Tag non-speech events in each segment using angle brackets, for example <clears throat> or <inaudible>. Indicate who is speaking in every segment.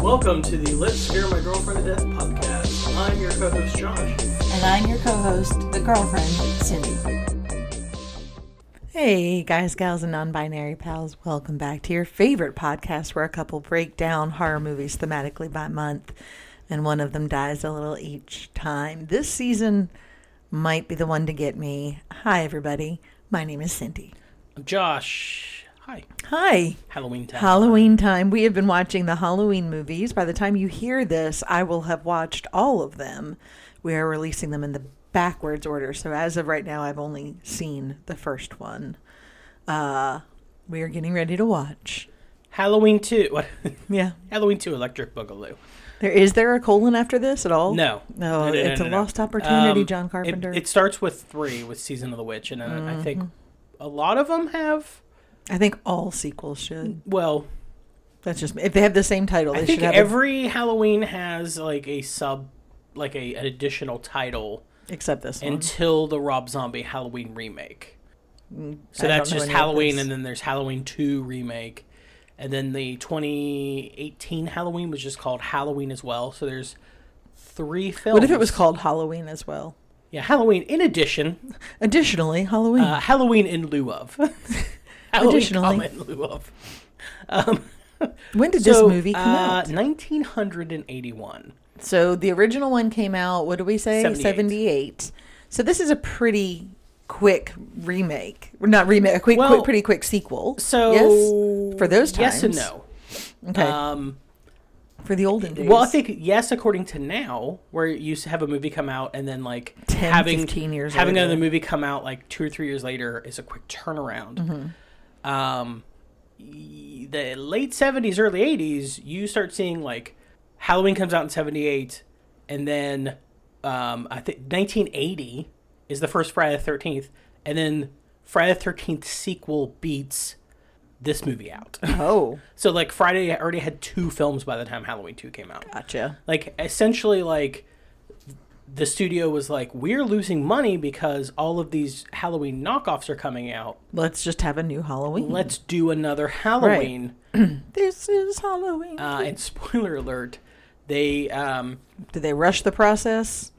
Speaker 1: Welcome to the Let's Scare My Girlfriend to Death podcast. I'm your co host, Josh.
Speaker 2: And I'm your co host, the girlfriend, Cindy. Hey, guys, gals, and non binary pals, welcome back to your favorite podcast where a couple break down horror movies thematically by month and one of them dies a little each time. This season might be the one to get me. Hi, everybody. My name is Cindy.
Speaker 1: I'm Josh. Hi.
Speaker 2: Hi.
Speaker 1: Halloween time.
Speaker 2: Halloween time. We have been watching the Halloween movies. By the time you hear this, I will have watched all of them. We are releasing them in the backwards order. So as of right now, I've only seen the first one. Uh, we are getting ready to watch.
Speaker 1: Halloween 2. What? <laughs>
Speaker 2: Yeah.
Speaker 1: Halloween 2 Electric Boogaloo.
Speaker 2: There is there a colon after this at all?
Speaker 1: No.
Speaker 2: No,
Speaker 1: No, no, no,
Speaker 2: it's
Speaker 1: no,
Speaker 2: a
Speaker 1: no.
Speaker 2: lost opportunity,
Speaker 1: Um,
Speaker 2: John
Speaker 1: it-
Speaker 2: Carpenter. Mm-hmm.
Speaker 1: It, starts with three, with Season of the Witch, and uh, I think a lot of them have.
Speaker 2: I think all sequels should.
Speaker 1: Well,
Speaker 2: That's just if they have the same title, they
Speaker 1: Hmm. I think
Speaker 2: should have
Speaker 1: every Halloween has like a sub, like a, an additional title
Speaker 2: it, except this one.
Speaker 1: until the Rob Zombie Halloween remake. So
Speaker 2: Mm, I don't
Speaker 1: that's
Speaker 2: know
Speaker 1: just
Speaker 2: any of
Speaker 1: Halloween,
Speaker 2: this.
Speaker 1: and then there's Halloween 2 remake. And then the 2018 Halloween was just called Halloween as well. So there's three films.
Speaker 2: What if it was called Halloween as well?
Speaker 1: Yeah, Halloween in addition.
Speaker 2: Additionally, Halloween.
Speaker 1: Uh, Halloween in lieu
Speaker 2: <laughs>
Speaker 1: of. Halloween
Speaker 2: Additionally.
Speaker 1: comma in lieu of. Um,
Speaker 2: when did this
Speaker 1: so,
Speaker 2: movie come
Speaker 1: uh,
Speaker 2: out?
Speaker 1: 1981.
Speaker 2: So the original one came out, what do we say?
Speaker 1: 78.
Speaker 2: 78. So this is a pretty quick remake. Well, Not remake, a quick,
Speaker 1: Well,
Speaker 2: quick pretty quick sequel.
Speaker 1: So
Speaker 2: Yes, for those
Speaker 1: Yes and
Speaker 2: times.
Speaker 1: no.
Speaker 2: Okay.
Speaker 1: Um,
Speaker 2: For the olden days.
Speaker 1: Well, I think yes, according to now, where you used to have a movie come out and then like
Speaker 2: 10,
Speaker 1: having
Speaker 2: 15 years
Speaker 1: having
Speaker 2: later.
Speaker 1: another movie come out like two or three years later is a quick turnaround.
Speaker 2: Mm-hmm.
Speaker 1: Um, y- the late seventies, early eighties, you start seeing like Halloween comes out in seventy eight, and then um, I think nineteen eighty is the first Friday the Thirteenth, and then Friday the Thirteenth sequel beats this movie out.
Speaker 2: <laughs> Oh,
Speaker 1: so like Friday already had two films by the time Halloween two came out
Speaker 2: gotcha.
Speaker 1: like essentially like the studio was like we're losing money because all of these halloween knockoffs are coming out
Speaker 2: Let's just have a new Halloween.
Speaker 1: let's do another halloween
Speaker 2: this is Halloween.
Speaker 1: uh, and <laughs> spoiler alert they um
Speaker 2: Did they rush the process?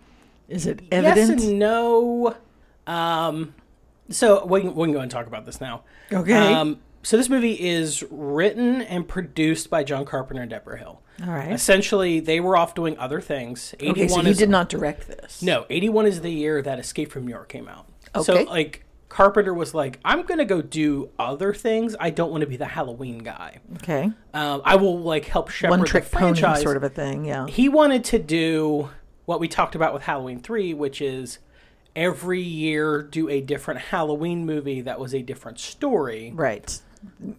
Speaker 2: Is it evident?
Speaker 1: yes and no um so we can, we can go and talk about this now
Speaker 2: Okay.
Speaker 1: um so this movie is written and produced by john carpenter and deborah hill
Speaker 2: All right.
Speaker 1: essentially they were off doing other things
Speaker 2: Okay, so
Speaker 1: 81
Speaker 2: he
Speaker 1: is
Speaker 2: did not direct this.
Speaker 1: No, 81 is the year that Escape from New York came out. So
Speaker 2: Okay.
Speaker 1: like Carpenter was like, I'm gonna go do other things. I don't want to be the Halloween guy.
Speaker 2: Okay.
Speaker 1: Um, I will like help shepherd
Speaker 2: One trick
Speaker 1: the
Speaker 2: pony
Speaker 1: franchise.
Speaker 2: sort of a thing. Yeah.
Speaker 1: He wanted to do what we talked about with Halloween three, which is every year do a different Halloween movie that was a different story.
Speaker 2: Right.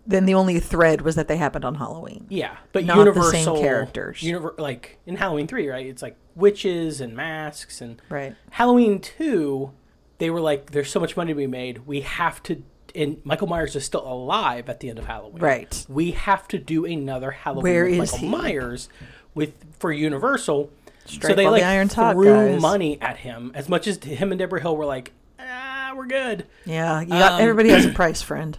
Speaker 2: Then the only thread was that they happened on Halloween.
Speaker 1: Yeah, but
Speaker 2: Not the
Speaker 1: universal
Speaker 2: same characters.
Speaker 1: univer- like in Halloween three, right? It's like witches and masks and
Speaker 2: Right.
Speaker 1: Halloween two, they were like, "There's so much money to be made. We have to." And Michael Myers is still alive at the end of Halloween.
Speaker 2: Right.
Speaker 1: We have to do another Halloween
Speaker 2: Where
Speaker 1: with
Speaker 2: is
Speaker 1: Michael
Speaker 2: he?
Speaker 1: Myers with for Universal. so
Speaker 2: Strike
Speaker 1: they
Speaker 2: while the
Speaker 1: like
Speaker 2: iron's hot,
Speaker 1: threw
Speaker 2: guys.
Speaker 1: money at him as much as him and Deborah Hill were like, "Ah, we're good."
Speaker 2: Yeah, you got,
Speaker 1: Um,
Speaker 2: everybody has a
Speaker 1: <clears throat>
Speaker 2: price friend.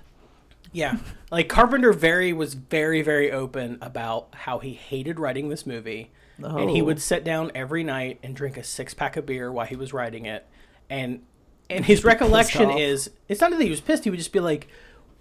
Speaker 1: Yeah. Like Carpenter very was very very open about how he hated writing this movie. And he
Speaker 2: Oh.
Speaker 1: would sit down every night and drink a six-pack of beer while he was writing it. And and his recollection
Speaker 2: off.
Speaker 1: is it's not that he was pissed, he would just be like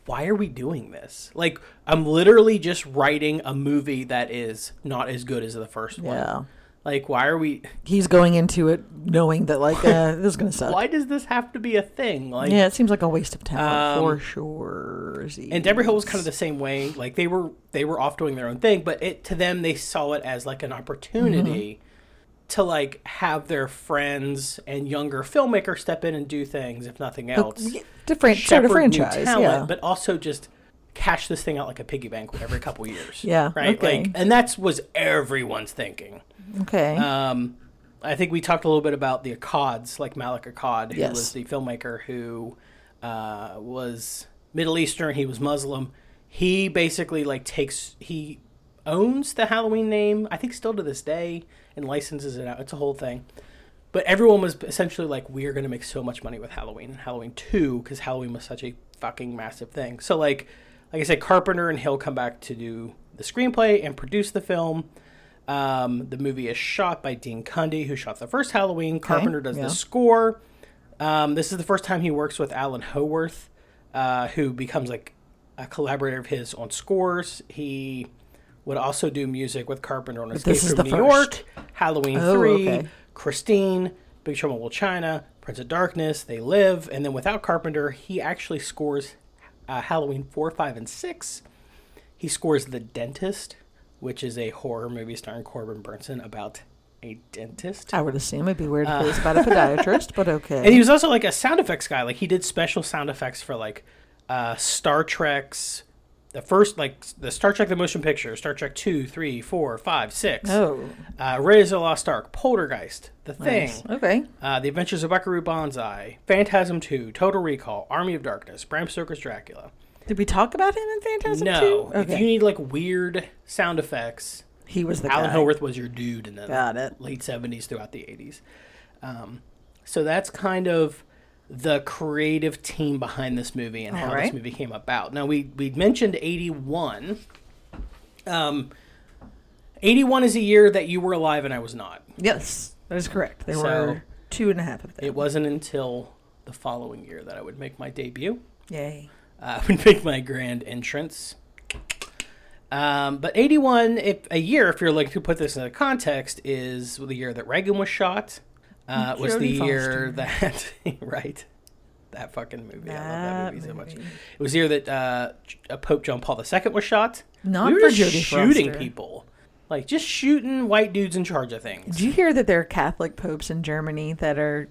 Speaker 1: why are we doing this? Like I'm literally just writing a movie that is not as good as the first
Speaker 2: Yeah.
Speaker 1: one. Like why are we
Speaker 2: He's going into it knowing that like uh, this is gonna suck.
Speaker 1: why does this have to be a thing? Like
Speaker 2: Yeah, it seems like a waste of talent
Speaker 1: Um,
Speaker 2: for sure.
Speaker 1: and Deborah Hill was kind of the same way. Like they were they were off doing their own thing, but it to them they saw it as like an opportunity
Speaker 2: Mm-hmm.
Speaker 1: to like have their friends and younger filmmakers step in and do things, if nothing else.
Speaker 2: different sort
Speaker 1: Shepherd
Speaker 2: of
Speaker 1: new
Speaker 2: franchise.
Speaker 1: talent,
Speaker 2: yeah.
Speaker 1: but also just cash this thing out like a piggy bank every couple years.
Speaker 2: Yeah,
Speaker 1: right.
Speaker 2: okay.
Speaker 1: Like, and that's was everyone's thinking.
Speaker 2: okay.
Speaker 1: Um, I think we talked a little bit about the Akkads, like Malik Akkad, who
Speaker 2: Yes.
Speaker 1: was the filmmaker who uh, was Middle Eastern. He was Muslim. He basically like takes he owns the Halloween name. I think still to this day, and licenses it out. It's a whole thing. But everyone was essentially like, "We are going to make so much money with Halloween and Halloween two because Halloween was such a fucking massive thing." So like, like I said, Carpenter and Hill come back to do the screenplay and produce the film. Um, the movie is shot by Dean Cundy, who shot the first Halloween. Carpenter does
Speaker 2: yeah.
Speaker 1: the score. Um, this is the first time he works with Alan Howarth, uh, who becomes like a collaborator of his on scores. He would also do music with Carpenter on Escape
Speaker 2: this is
Speaker 1: from
Speaker 2: the
Speaker 1: New
Speaker 2: first.
Speaker 1: York, Halloween
Speaker 2: Oh,
Speaker 1: Three,
Speaker 2: okay.
Speaker 1: Christine, Big Trouble in Little China, Prince of Darkness, They Live, and then without Carpenter, he actually scores uh, Halloween Four, Five, and Six. He scores The Dentist, which is a horror movie starring Corbin Burnson about a dentist.
Speaker 2: I would assume it'd be weird if it
Speaker 1: <laughs>
Speaker 2: was about a podiatrist, but Oh, okay.
Speaker 1: uh, And he was also like a sound effects guy. Like he did special sound effects for like uh, Star Trek's the first like the Star Trek the motion picture, Star Trek two, three, four, five, six.
Speaker 2: oh,
Speaker 1: Uh, Raiders of the Lost Ark, Poltergeist, The Thing,
Speaker 2: nice. okay.
Speaker 1: uh, The Adventures of Buckaroo Banzai, Phantasm two, Total Recall, Army of Darkness, Bram Stoker's Dracula.
Speaker 2: Did we talk about him in Phantasm
Speaker 1: no,
Speaker 2: 2? Okay.
Speaker 1: if you need like weird sound effects,
Speaker 2: he was the
Speaker 1: Alan
Speaker 2: guy.
Speaker 1: Howarth was your dude in the
Speaker 2: Got it.
Speaker 1: late seventies throughout the eighties. Um, so that's kind of the creative team behind this movie and how
Speaker 2: Alright.
Speaker 1: this movie came about. Now we we mentioned eighty one. Um, eighty one is a year that you were alive and I was not.
Speaker 2: Yes, that is correct. There
Speaker 1: So-
Speaker 2: were two and a half of them.
Speaker 1: It wasn't until the following year that I would make my debut. <laughs>
Speaker 2: Yay.
Speaker 1: uh, would make my grand entrance. Um, but 81, if, a year, if you're looking to put this into context, is the year that Reagan was shot. Uh, it was the
Speaker 2: Mm, Jodie
Speaker 1: year that, <laughs> right? That fucking movie. I love that
Speaker 2: That
Speaker 1: movie, so much.
Speaker 2: movie.
Speaker 1: It was the year that uh, J- uh, Pope John Paul II was shot.
Speaker 2: Not
Speaker 1: we were
Speaker 2: for
Speaker 1: just
Speaker 2: Jodie
Speaker 1: shooting
Speaker 2: Foster.
Speaker 1: people. Like, just shooting white dudes in charge of things.
Speaker 2: Do you hear that there are Catholic popes in Germany that are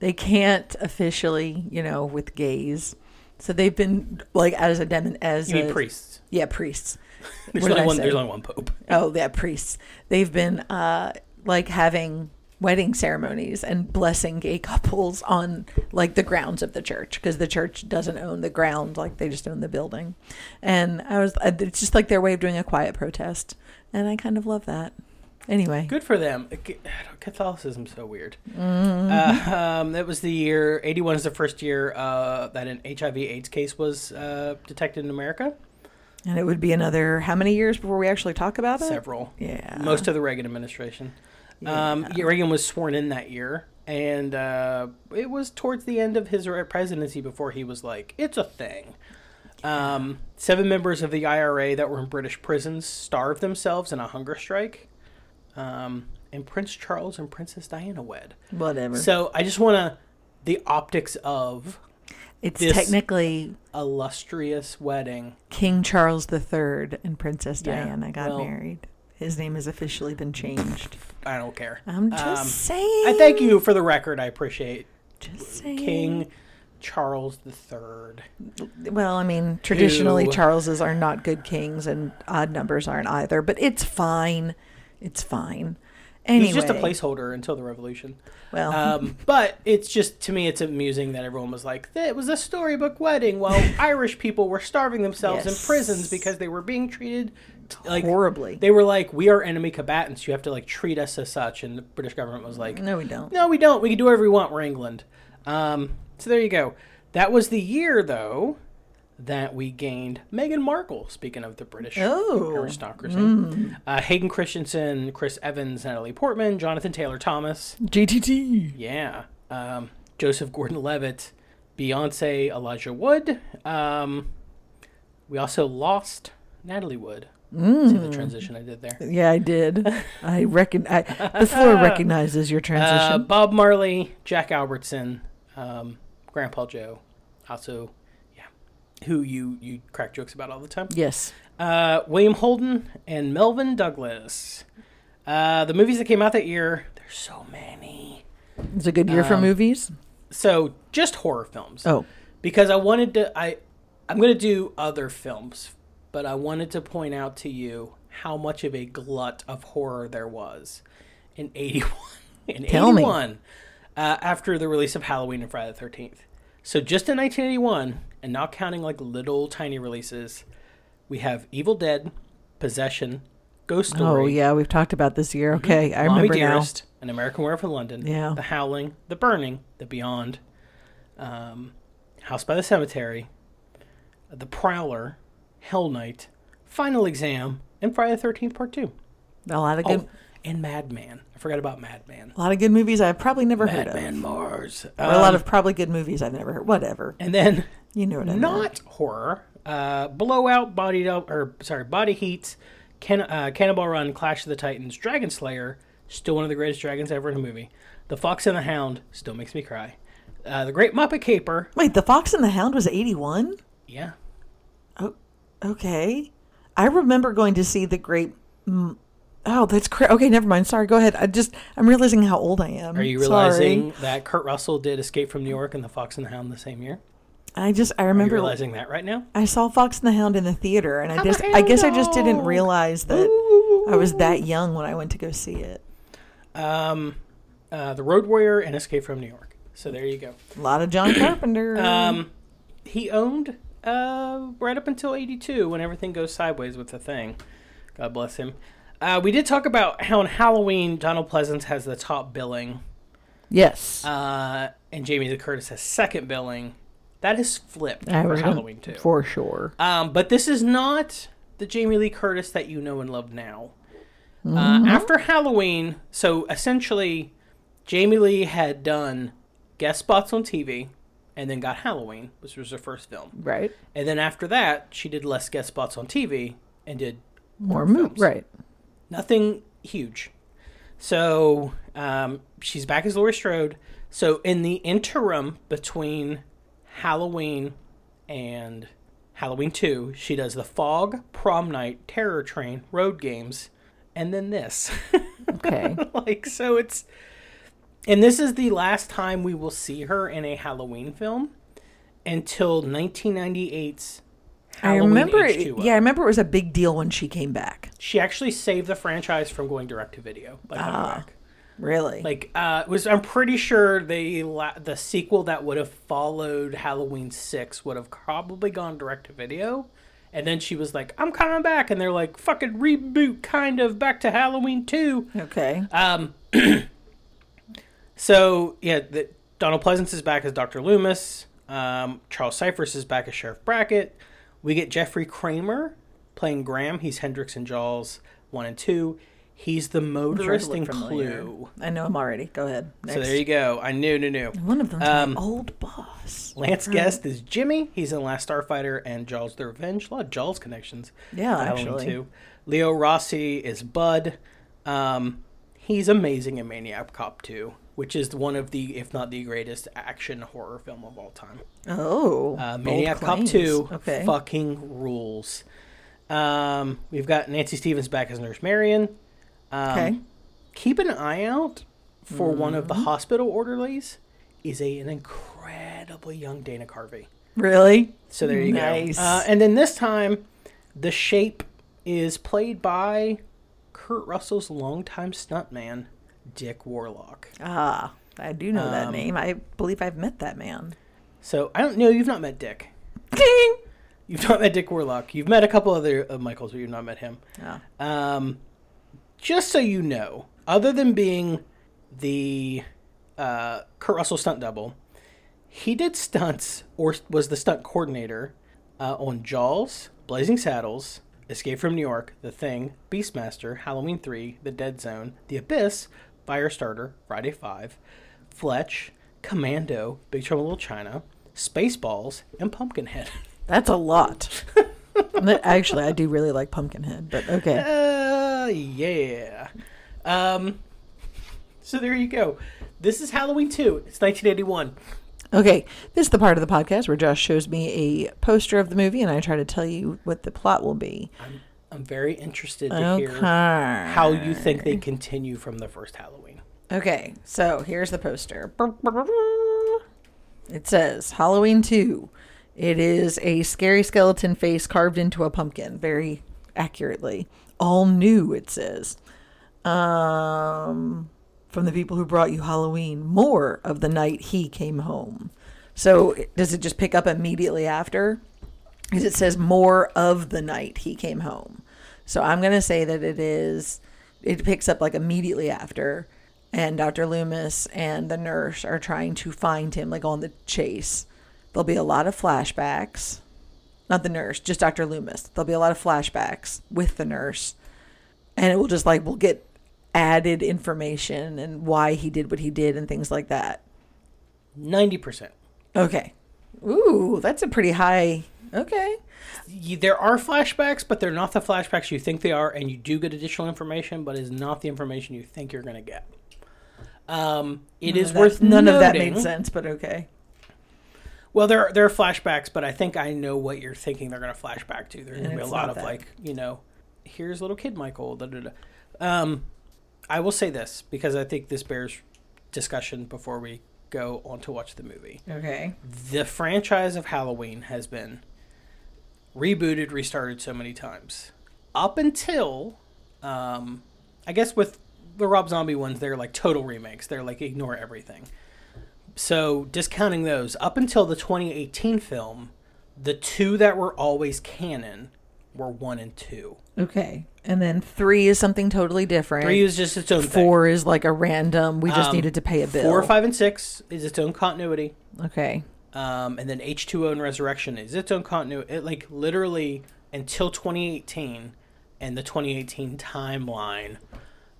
Speaker 2: they can't officially, you know, with gays. So they've been like as a demon as
Speaker 1: You mean
Speaker 2: a-
Speaker 1: priests.
Speaker 2: Yeah, priests.
Speaker 1: There's
Speaker 2: What did
Speaker 1: only,
Speaker 2: I
Speaker 1: one,
Speaker 2: say?
Speaker 1: there's only one pope.
Speaker 2: Oh, yeah, priests. They've been uh like having wedding ceremonies and blessing gay couples on like the grounds of the church because the church doesn't own the ground like they just own the building. And I was I- it's just like their way of doing a quiet protest and I kind of love that. Anyway.
Speaker 1: Good for them. Ca- Catholicism's so weird.
Speaker 2: Mm.
Speaker 1: Uh, um, that was the year. 81 is the first year uh, that an HIV/AIDS case was uh, detected in America.
Speaker 2: And it would be another how many years before we actually talk about it?
Speaker 1: Several.
Speaker 2: Yeah.
Speaker 1: Most of the Reagan administration. Um, yeah, Reagan was sworn in that year, and uh, it was towards the end of his re- presidency before he was like, "It's a thing." Um, seven members of the IRA that were in British prisons starved themselves in a hunger strike, um, and Prince Charles and Princess Diana wed.
Speaker 2: whatever.
Speaker 1: So I just want to the optics of
Speaker 2: it's
Speaker 1: this-
Speaker 2: technically
Speaker 1: illustrious wedding.
Speaker 2: King Charles III and Princess
Speaker 1: Yeah,
Speaker 2: Diana got
Speaker 1: well-
Speaker 2: married. His name has officially been changed.
Speaker 1: I don't care.
Speaker 2: I'm just
Speaker 1: Um,
Speaker 2: saying.
Speaker 1: I thank you for the record. I appreciate
Speaker 2: Just saying.
Speaker 1: King Charles the Third.
Speaker 2: Well, I mean, traditionally
Speaker 1: Who-
Speaker 2: Charleses are not good kings, and odd numbers aren't either. But it's fine. It's fine. Anyway,
Speaker 1: He's
Speaker 2: Oh.
Speaker 1: just a placeholder until the Revolution.
Speaker 2: Well,
Speaker 1: Um, but it's just to me, it's amusing that everyone was like, "It was a storybook wedding,"
Speaker 2: <laughs>
Speaker 1: while Irish people were starving themselves
Speaker 2: Yes.
Speaker 1: in prisons because they were being treated like
Speaker 2: horribly.
Speaker 1: They were like, "We are enemy combatants. You have to like treat us as such." And the British government was like,
Speaker 2: no, we don't.
Speaker 1: No, we don't. We can do whatever we want. We're England. Um, so there you go. That was the year, though, that we gained Meghan Markle. Speaking of the British
Speaker 2: Oh.
Speaker 1: aristocracy, uh, Hayden Christensen, Chris Evans, Natalie Portman, Jonathan Taylor Thomas.
Speaker 2: GTT.
Speaker 1: Yeah. Um, Joseph Gordon Levitt, Beyonce, Elijah Wood. Um, we also lost Natalie Wood. See the transition I did there.
Speaker 2: Yeah, I did.
Speaker 1: <laughs>
Speaker 2: I reckon. I, the floor recognizes your transition.
Speaker 1: Uh, Bob Marley, Jack Albertson, um, Grandpa Joe, also, yeah, who you you crack jokes about all the time.
Speaker 2: yes.
Speaker 1: Uh, William Holden and Melvin Douglas. Uh, the movies that came out that year, there's so many.
Speaker 2: It's a good year for
Speaker 1: Um,
Speaker 2: movies.
Speaker 1: So just horror films.
Speaker 2: Oh,
Speaker 1: because I wanted to I I'm going to do other films, but I wanted to point out to you how much of a glut of horror there was in <laughs> 81 in
Speaker 2: Tell me.
Speaker 1: 81 Uh, after the release of Halloween and Friday the 13th. So just in 1981 and not counting like little tiny releases, we have Evil Dead, Possession, Ghost Story,
Speaker 2: oh yeah, we've talked about this year.
Speaker 1: Mm-hmm.
Speaker 2: Okay, I
Speaker 1: Mommy
Speaker 2: remember now.
Speaker 1: Dearest, An American Werewolf in London,
Speaker 2: Yeah.
Speaker 1: The Howling, The Burning, The Beyond, um, House by the Cemetery, The Prowler, Hell Night, Final Exam, and Friday the Thirteenth Part Two.
Speaker 2: A lot of good,
Speaker 1: Oh, and Madman. I forgot about Madman.
Speaker 2: a lot of good movies I've probably never heard of.
Speaker 1: Madman Mars.
Speaker 2: Or a lot
Speaker 1: Um,
Speaker 2: of probably good movies I've never heard. Whatever.
Speaker 1: and then
Speaker 2: You know what I mean.
Speaker 1: not horror. Uh, Blowout, Body Double, or sorry, Body Heat, Can, uh, Cannonball Run, Clash of the Titans, Dragon Slayer, still one of the greatest dragons ever in a movie. The Fox and the Hound still makes me cry. Uh, the Great Muppet Caper,
Speaker 2: Wait, The Fox and the Hound was 81?
Speaker 1: yeah,
Speaker 2: Oh, okay. I remember going to see The Great. Mm, Oh, that's cra Okay, never mind. Sorry. Go ahead. I just I'm realizing how old I am.
Speaker 1: Are you realizing that Kurt Russell did Escape from New York and The Fox and the Hound the same year?
Speaker 2: I just I
Speaker 1: Are you
Speaker 2: remember
Speaker 1: realizing that right now?
Speaker 2: I saw Fox and the Hound in the theater, and I
Speaker 1: I'm
Speaker 2: just
Speaker 1: a
Speaker 2: I guess I just didn't
Speaker 1: hound.
Speaker 2: realize that I was that young when I went to go see it.
Speaker 1: Um, uh, the Road Warrior and Escape from New York. So there you go.
Speaker 2: A lot
Speaker 1: <clears throat>
Speaker 2: of John Carpenter.
Speaker 1: Um, he owned uh, right up until 82 when everything goes sideways with the thing. God bless him. Uh, we did talk about how on Halloween, Donald Pleasance has the top billing
Speaker 2: yes,
Speaker 1: uh, and Jamie Lee Curtis has second billing. That is flipped
Speaker 2: I
Speaker 1: for
Speaker 2: was gonna-
Speaker 1: Halloween, too.
Speaker 2: for sure.
Speaker 1: Um, but this is not the Jamie Lee Curtis that you know and love now. Uh, after Halloween, so essentially, Jamie Lee had done guest spots on TV and then got Halloween, which was her first film.
Speaker 2: Right,
Speaker 1: And then after that, she did less guest spots on TV and did
Speaker 2: more
Speaker 1: films.
Speaker 2: Right,
Speaker 1: nothing huge. So um, she's back as Laurie Strode. So in the interim between Halloween and Halloween two, she does the Fog, Prom Night, Terror Train, Road Games, and then this. <laughs>
Speaker 2: okay.
Speaker 1: like so, it's and this is the last time we will see her in a Halloween film until 1998's.
Speaker 2: I
Speaker 1: Halloween
Speaker 2: remember. It,
Speaker 1: H2O.
Speaker 2: yeah, I remember it was a big deal when she came back.
Speaker 1: She actually saved the franchise from going direct to video by coming
Speaker 2: Ah.
Speaker 1: back.
Speaker 2: Really,
Speaker 1: Like uh, it was I'm pretty sure they la- the sequel that would have followed Halloween 6 would have probably gone direct to video. And then she was like, "I'm coming back." And they're like, "Fucking reboot kind of back to Halloween 2."
Speaker 2: okay.
Speaker 1: Um <clears throat> So, yeah, the, Donald Pleasance is back as Dr. Loomis. Um, Charles Cyphers is back as Sheriff Brackett. We get Jeffrey Kramer playing Graham. He's Hendrix and Jaws 1 and 2. He's the
Speaker 2: I'm sure it
Speaker 1: motorist in
Speaker 2: looked familiar.
Speaker 1: Clue.
Speaker 2: I know him already. Go ahead.
Speaker 1: So there you go. I knew, knew, knew.
Speaker 2: One of them's
Speaker 1: Um,
Speaker 2: my old boss.
Speaker 1: Lance Guest is Jimmy. He's in Last Starfighter and Jaws the Revenge. A lot of Jaws connections.
Speaker 2: Yeah,
Speaker 1: to Halloween
Speaker 2: actually.
Speaker 1: too. Leo Rossi is Bud. Um, he's amazing in Maniac Cop 2, which is one of the, if not the greatest, action horror film of all time.
Speaker 2: Oh,
Speaker 1: Uh,
Speaker 2: bold
Speaker 1: Maniac Cop
Speaker 2: claims.
Speaker 1: 2
Speaker 2: Okay.
Speaker 1: fucking rules. Um, we've got Nancy Stevens back as Nurse Marion. Um,
Speaker 2: Okay.
Speaker 1: Keep an eye out for one of the hospital orderlies is a, an incredibly young Dana Carvey.
Speaker 2: Really?
Speaker 1: So there you
Speaker 2: Nice.
Speaker 1: go. Uh, and then this time, the shape is played by Kurt Russell's longtime stuntman, Dick Warlock.
Speaker 2: Ah, I do know that
Speaker 1: Um,
Speaker 2: name. I believe I've met that man.
Speaker 1: So I don't know. You've not met Dick.
Speaker 2: Ding.
Speaker 1: You've <laughs> not met Dick Warlock. You've met a couple other of Michaels, but you've not met him.
Speaker 2: Oh,
Speaker 1: Um, just so you know, other than being the uh, Kurt Russell stunt double, he did stunts or was the stunt coordinator uh, on Jaws, Blazing Saddles, Escape from New York, The Thing, Beastmaster, Halloween 3, The Dead Zone, The Abyss, Firestarter, Friday 5, Fletch, Commando, Big Trouble in Little China, Spaceballs, and Pumpkinhead. <laughs>
Speaker 2: that's a lot. That- Actually, I do really like Pumpkinhead, but okay.
Speaker 1: Uh, yeah. Um, so there you go. This is Halloween 2. It's 1981.
Speaker 2: Okay, this is the part of the podcast where Josh shows me a poster of the movie and I try to tell you what the plot will be.
Speaker 1: I'm, I'm very interested to
Speaker 2: Okay.
Speaker 1: hear how you think they continue from the first Halloween.
Speaker 2: Okay, so here's the poster. It says Halloween 2. It is a scary skeleton face carved into a pumpkin, very accurately. All new, it says. Um, from the people who brought you Halloween, more of the night he came home. So it- does it just pick up immediately after? Because it says more of the night he came home. So I'm going to say that it is, it picks up like immediately after. And Dr. Loomis and the nurse are trying to find him, like on the chase. There'll be a lot of flashbacks. Not the nurse, just Dr. Loomis. There'll be a lot of flashbacks with the nurse and it will just like we'll get added information and why he did what he did and things like that.
Speaker 1: Ninety percent.
Speaker 2: Okay. Ooh, that's a pretty high. Okay.
Speaker 1: There are flashbacks, but they're not the flashbacks you think they are, and you do get additional information, but is not the information you think you're going to get. Um, it is
Speaker 2: That-
Speaker 1: worth
Speaker 2: none of that
Speaker 1: noting-
Speaker 2: made sense, but okay.
Speaker 1: Well, there are, there are flashbacks, but I think I know what you're thinking they're going to flash back to. There's
Speaker 2: And
Speaker 1: going to be a
Speaker 2: it's
Speaker 1: lot
Speaker 2: not
Speaker 1: of
Speaker 2: that.
Speaker 1: like, you know, here's little kid Michael. Da, da, da. Um, I will say this because I think this bears discussion before we go on to watch the movie.
Speaker 2: Okay.
Speaker 1: The franchise of Halloween has been rebooted, restarted so many times. Up until, um, I guess with the Rob Zombie ones, they're like total remakes. They're like ignore everything. So discounting those, up until the 2018 film, the two that were always canon were one and two.
Speaker 2: Okay. And then three is something totally different.
Speaker 1: Three is just its own
Speaker 2: Four is like a random. We just
Speaker 1: Um,
Speaker 2: needed to pay a
Speaker 1: thing.
Speaker 2: bill.
Speaker 1: Four, five, and six is its own continuity.
Speaker 2: Okay.
Speaker 1: um, and then H2O and Resurrection is its own continuity. It, like literally until 2018 and the 2018 timeline,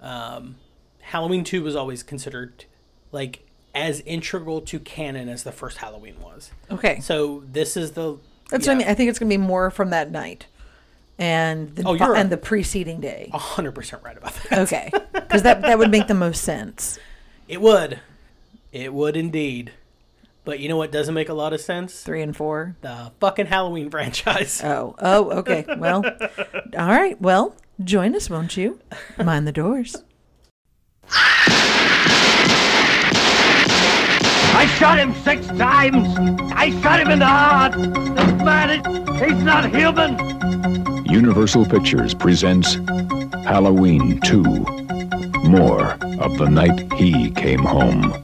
Speaker 1: um, Halloween 2 was always considered like as integral to canon as the first Halloween was.
Speaker 2: Okay.
Speaker 1: So this is the
Speaker 2: That's
Speaker 1: yeah,
Speaker 2: what I mean. I think it's gonna be more from that night, and the
Speaker 1: Oh, you're Oh,
Speaker 2: and
Speaker 1: right.
Speaker 2: the preceding day.
Speaker 1: 100% right about <laughs> that.
Speaker 2: Okay, because that that would make the most sense.
Speaker 1: It would, it would indeed. But you know what doesn't make a lot of sense?
Speaker 2: Three and four.
Speaker 1: The fucking Halloween <laughs> franchise.
Speaker 2: Oh, oh, okay. Well, all right. Well, join us, won't you? Mind the doors.
Speaker 3: I shot him six times. I shot him in the heart. The man, is- he's not human.
Speaker 4: Universal Pictures presents Halloween 2 More of the Night He Came Home.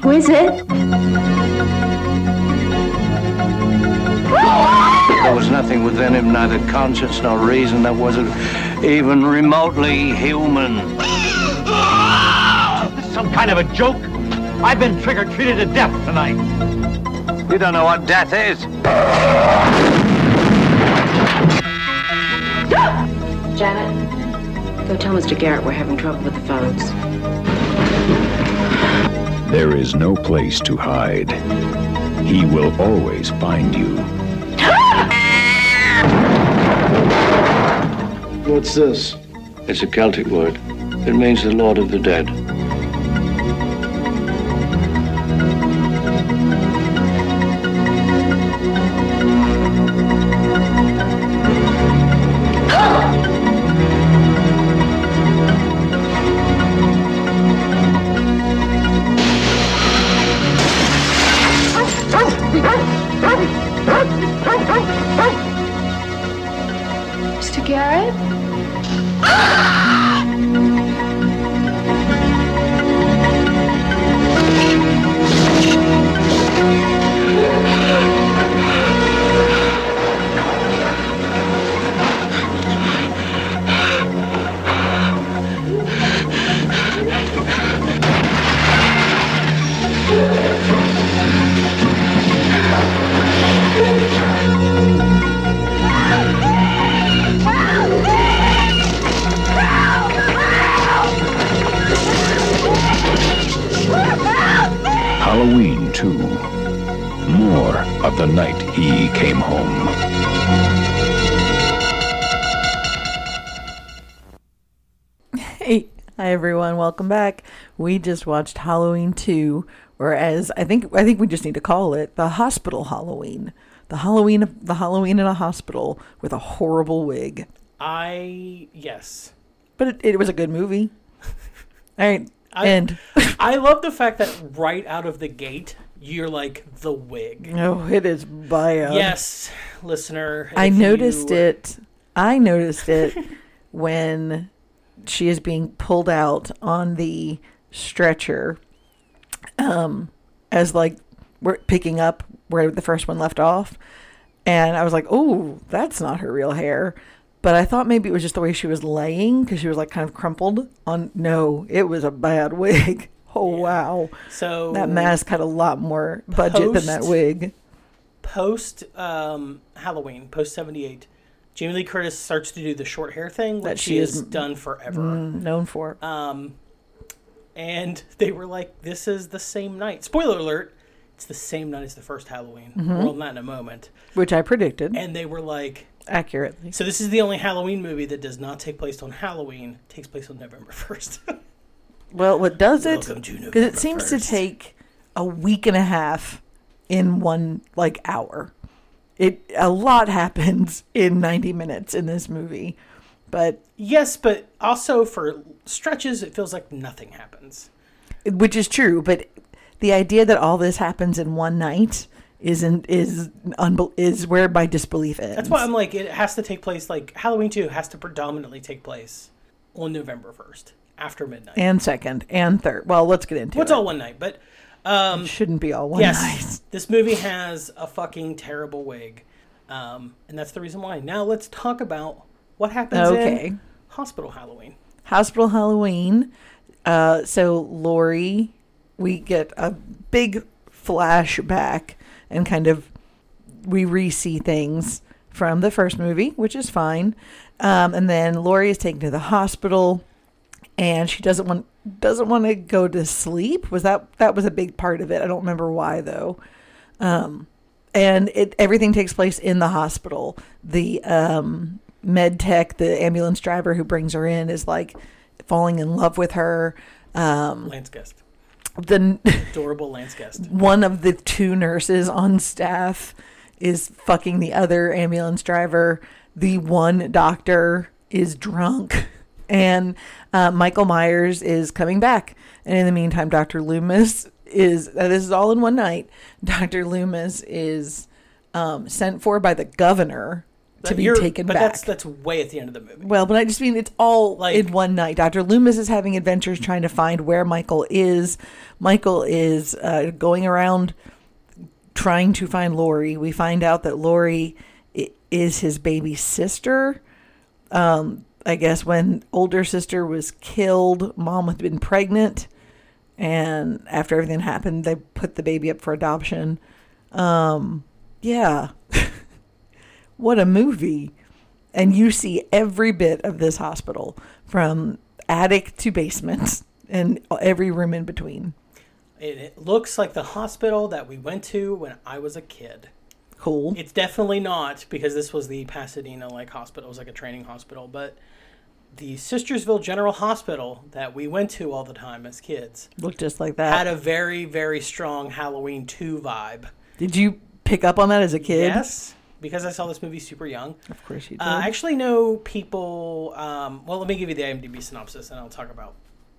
Speaker 5: Who is it?
Speaker 6: There was nothing within him, neither conscience nor reason, that wasn't even remotely human.
Speaker 3: This is some kind of a joke. I've been trigger treated to death tonight.
Speaker 6: You don't know what death is.
Speaker 7: Janet, go tell Mr. Garrett we're having trouble with the phones.
Speaker 4: There is no place to hide. He will always find you.
Speaker 6: What's this? It's a Celtic word. It means the Lord of the Dead.
Speaker 5: Mr. Garrett?
Speaker 4: Halloween 2 More of the Night He Came Home.
Speaker 2: Hey, hi everyone. Welcome back. We just watched Halloween two, or as I think I think we just need to call it the hospital Halloween. The Halloween, the Halloween in a hospital with a horrible wig.
Speaker 1: I, yes.
Speaker 2: But it, it was a good movie. All right.
Speaker 1: I-
Speaker 2: and
Speaker 1: <laughs> I love the fact that right out of the gate, you're like the wig.
Speaker 2: <laughs> oh, it is bio.
Speaker 1: Yes, listener.
Speaker 2: I
Speaker 1: if
Speaker 2: noticed
Speaker 1: you-
Speaker 2: it. I noticed it <laughs> when she is being pulled out on the stretcher, um, as like we're picking up where the first one left off, and I was like, "Oh, that's not her real hair." But I thought maybe it was just the way she was laying because she was like kind of crumpled on. No, it was a bad <laughs> wig. Oh wow,
Speaker 1: So
Speaker 2: that mask had a lot more budget than that
Speaker 1: Post-
Speaker 2: wig.
Speaker 1: post um, Halloween, post seventy eight, Jamie Lee Curtis starts to do the short hair thing
Speaker 2: That
Speaker 1: that
Speaker 2: she
Speaker 1: she
Speaker 2: is- Mm.
Speaker 1: has done forever.
Speaker 2: known for.
Speaker 1: Um, and they were like, "This is the same night." Spoiler alert: It's the same night as the first Halloween.
Speaker 2: Mm-hmm.
Speaker 1: Well, not in a moment.
Speaker 2: which I predicted
Speaker 1: And they were like,
Speaker 2: accurately.
Speaker 1: "So this is the only Halloween movie that does not take place on Halloween. It takes place on November <laughs> first.
Speaker 2: Well, what does it?
Speaker 1: Welcome to
Speaker 2: Because it
Speaker 1: November
Speaker 2: seems to
Speaker 1: 1st.
Speaker 2: take a week and a half in one like hour. It a lot <laughs> happens in ninety minutes in this movie, but
Speaker 1: yes, but also for stretches, it feels like nothing happens.
Speaker 2: which is true. But the idea that all this happens in one night isn't is unbe- is where my disbelief ends.
Speaker 1: That's why I'm like, it has to take place. Like Halloween two has to predominantly take place on November first after midnight.
Speaker 2: and second and third. Well, let's get into
Speaker 1: What's
Speaker 2: it.
Speaker 1: all one night, but um,
Speaker 2: Shouldn't be all one night. <laughs>
Speaker 1: this movie has a fucking terrible wig, um, and that's the reason why. Now let's talk about what happens
Speaker 2: Okay.
Speaker 1: in Hospital Halloween.
Speaker 2: Hospital Halloween. Uh, so Lori, we get a big flashback and kind of we re-see things from the first movie, which is fine. Um, and then Lori is taken to the hospital, and she doesn't want doesn't want to go to sleep. Was that that was a big part of it? I don't remember why though. Um, and it everything takes place in the hospital. The um, med tech, the ambulance driver who brings her in, is like falling in love with her. Um,
Speaker 1: Lance Guest,
Speaker 2: the <laughs>
Speaker 1: adorable Lance Guest.
Speaker 2: one of the two nurses on staff is fucking the other ambulance driver. The one doctor is drunk. And uh, Michael Myers is coming back. And in the meantime, Dr. Loomis is, uh, this is all in one night. Dr. Loomis is um, sent for by the governor to
Speaker 1: That-
Speaker 2: be
Speaker 1: you're-
Speaker 2: taken
Speaker 1: but
Speaker 2: back.
Speaker 1: that's that's way at the end of the movie.
Speaker 2: Well, but I just mean it's all
Speaker 1: Like-
Speaker 2: in one night. Dr. Loomis is having adventures trying to find where Michael is. Michael is uh, going around trying to find Lori. We find out that Lori i- is his baby sister. Um, I guess when older sister was killed, mom had been pregnant. And after everything happened, they put the baby up for adoption. Um, yeah. <laughs> what a movie and you see every bit of this hospital from attic to basement and every room in between.
Speaker 1: It, it looks like the hospital that we went to when I was a kid.
Speaker 2: Cool.
Speaker 1: It's definitely not because this was the Pasadena like hospital. It was like a training hospital, but the Sistersville General Hospital that we went to all the time as kids
Speaker 2: Looked just like
Speaker 1: had
Speaker 2: that.
Speaker 1: a very very strong Halloween two vibe.
Speaker 2: Did you pick up on that as a kid?
Speaker 1: Yes, because I saw this movie super young.
Speaker 2: Of course you did.
Speaker 1: Uh, I actually know people. Um, well, let me give you the IMDb synopsis, and I'll talk about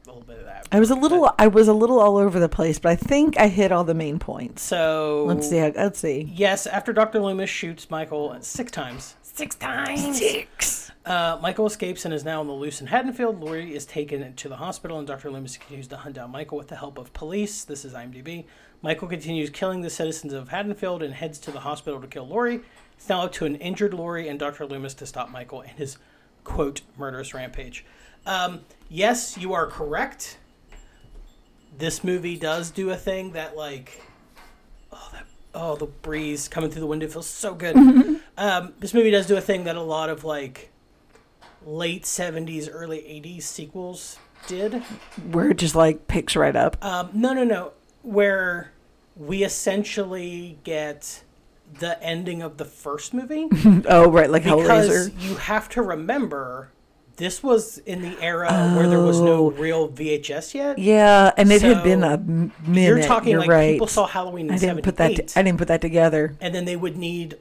Speaker 1: a little bit of that.
Speaker 2: I was a little I was a little all over the place, but I think I hit all the main points.
Speaker 1: So
Speaker 2: Let's see. how- Let's see.
Speaker 1: Yes, after Dr. Loomis shoots Michael six times,
Speaker 2: Six times. Six.
Speaker 1: uh, Michael escapes and is now on the loose in Haddonfield. Lori is taken to the hospital, and Dr. Loomis continues to hunt down Michael with the help of police. This is IMDb. Michael continues killing the citizens of Haddonfield and heads to the hospital to kill Lori. It's now up to an injured Lori and Dr. Loomis to stop Michael and his quote murderous rampage. Um, yes, you are correct. This movie does do a thing that like oh the breeze coming through the window feels so good
Speaker 2: Mm-hmm.
Speaker 1: um, this movie does do a thing that a lot of like late 70s early 80s sequels did
Speaker 2: Where it just like picks right up.
Speaker 1: um, no no no where we essentially get the ending of the first movie
Speaker 2: oh right, like
Speaker 1: because
Speaker 2: <laughs> Hellraiser.
Speaker 1: you have to remember this was in the era where there was no real vhs yet
Speaker 2: Oh. Yeah, and it had been
Speaker 1: So,
Speaker 2: a m- minute.
Speaker 1: you're talking like
Speaker 2: right.
Speaker 1: people saw halloween in
Speaker 2: I didn't put that.
Speaker 1: 78.
Speaker 2: I didn't put that together.
Speaker 1: and then they would need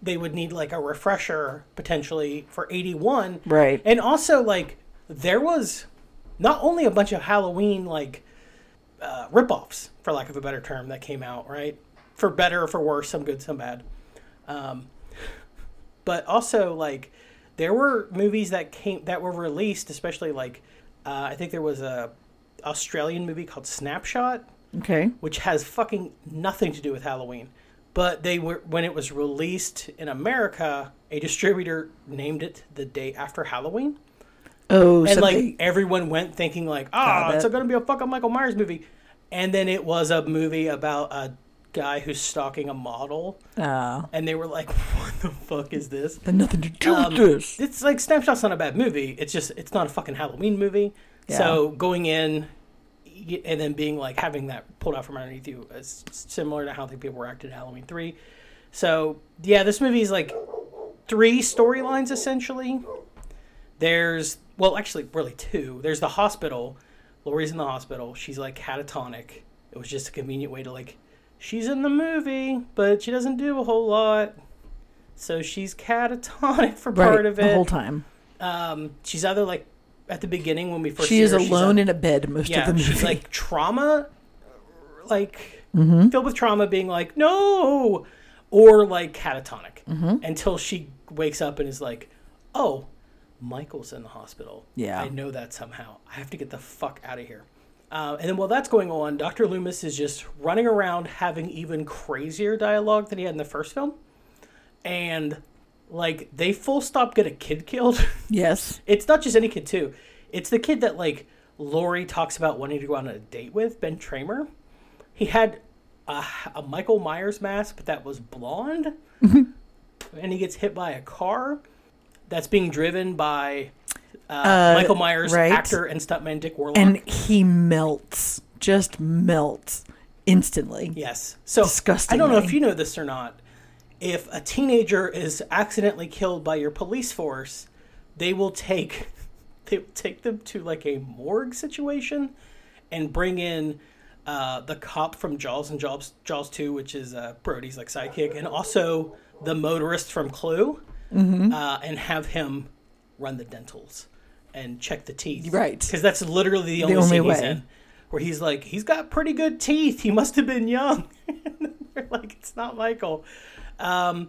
Speaker 1: they would need like a refresher potentially for 81
Speaker 2: Right.
Speaker 1: and also like there was not only a bunch of halloween like uh, rip-offs for lack of a better term that came out right for better or for worse some good some bad um, but also like there were movies that came that were released especially like uh, i think there was a australian movie called snapshot
Speaker 2: Okay.
Speaker 1: which has fucking nothing to do with Halloween. But they were when it was released in America, a distributor named it the day after Halloween,
Speaker 2: Oh,
Speaker 1: and
Speaker 2: so
Speaker 1: like
Speaker 2: they-
Speaker 1: everyone went thinking like, ah,
Speaker 2: Got
Speaker 1: it's
Speaker 2: it.
Speaker 1: going to be a fucking Michael Myers movie, and then it was a movie about a guy who's stalking a model,
Speaker 2: Oh.
Speaker 1: and they were like, <laughs> "What the fuck is this?"
Speaker 2: But nothing to do
Speaker 1: Um,
Speaker 2: with this.
Speaker 1: It's like Snapshot's not a bad movie. It's just it's not a fucking Halloween movie. So going in y- and then being like having that pulled out from underneath you is similar to how the people were acted in Halloween three. So yeah, this movie is like three storylines essentially. There's well, actually, really two. There's the hospital. Lori's in the hospital. She's like catatonic. It was just a convenient way to like. She's in the movie, but she doesn't do a whole lot. So she's catatonic for
Speaker 2: Right.
Speaker 1: part of it.
Speaker 2: The whole time.
Speaker 1: Um, she's either like at the beginning when we first.
Speaker 2: She
Speaker 1: see
Speaker 2: is
Speaker 1: her, she's
Speaker 2: alone
Speaker 1: a-
Speaker 2: in a bed most
Speaker 1: yeah,
Speaker 2: of the movie.
Speaker 1: she's like trauma, like
Speaker 2: Mm-hmm.
Speaker 1: filled with trauma, being like no, or like catatonic
Speaker 2: Mm-hmm.
Speaker 1: until she wakes up and is like, oh, Michael's in the hospital.
Speaker 2: Yeah.
Speaker 1: I know that somehow. I have to get the fuck out of here. Uh, and then while that's going on, Doctor Loomis is just running around having even crazier dialogue than he had in the first film, and like they full stop get a kid killed.
Speaker 2: <laughs>
Speaker 1: <laughs>
Speaker 2: yes.
Speaker 1: It's not just any kid too. It's the kid that like Lori talks about wanting to go on a date with Ben Tramer. He had a, a Michael Myers mask, but that was blonde, and he gets hit by a car that's being driven by uh, Michael Myers
Speaker 2: right.
Speaker 1: actor and stuntman Dick Warlock.
Speaker 2: And he melts. Just melts instantly.
Speaker 1: Yes. So I don't know if you know this or not. If a teenager is accidentally killed by your police force, they will take <laughs> they will take them to like a morgue situation and bring in uh, the cop from Jaws and Jaws Jaws Two, which is uh, Brody's like sidekick, and also the motorist from Clue, uh, and have him run the dentals and check the teeth,
Speaker 2: Right.
Speaker 1: Because that's literally the only,
Speaker 2: only
Speaker 1: scene he's
Speaker 2: way.
Speaker 1: in where he's like, he's got pretty good teeth. He must have been young. <laughs> And They're like, it's not Michael. Um,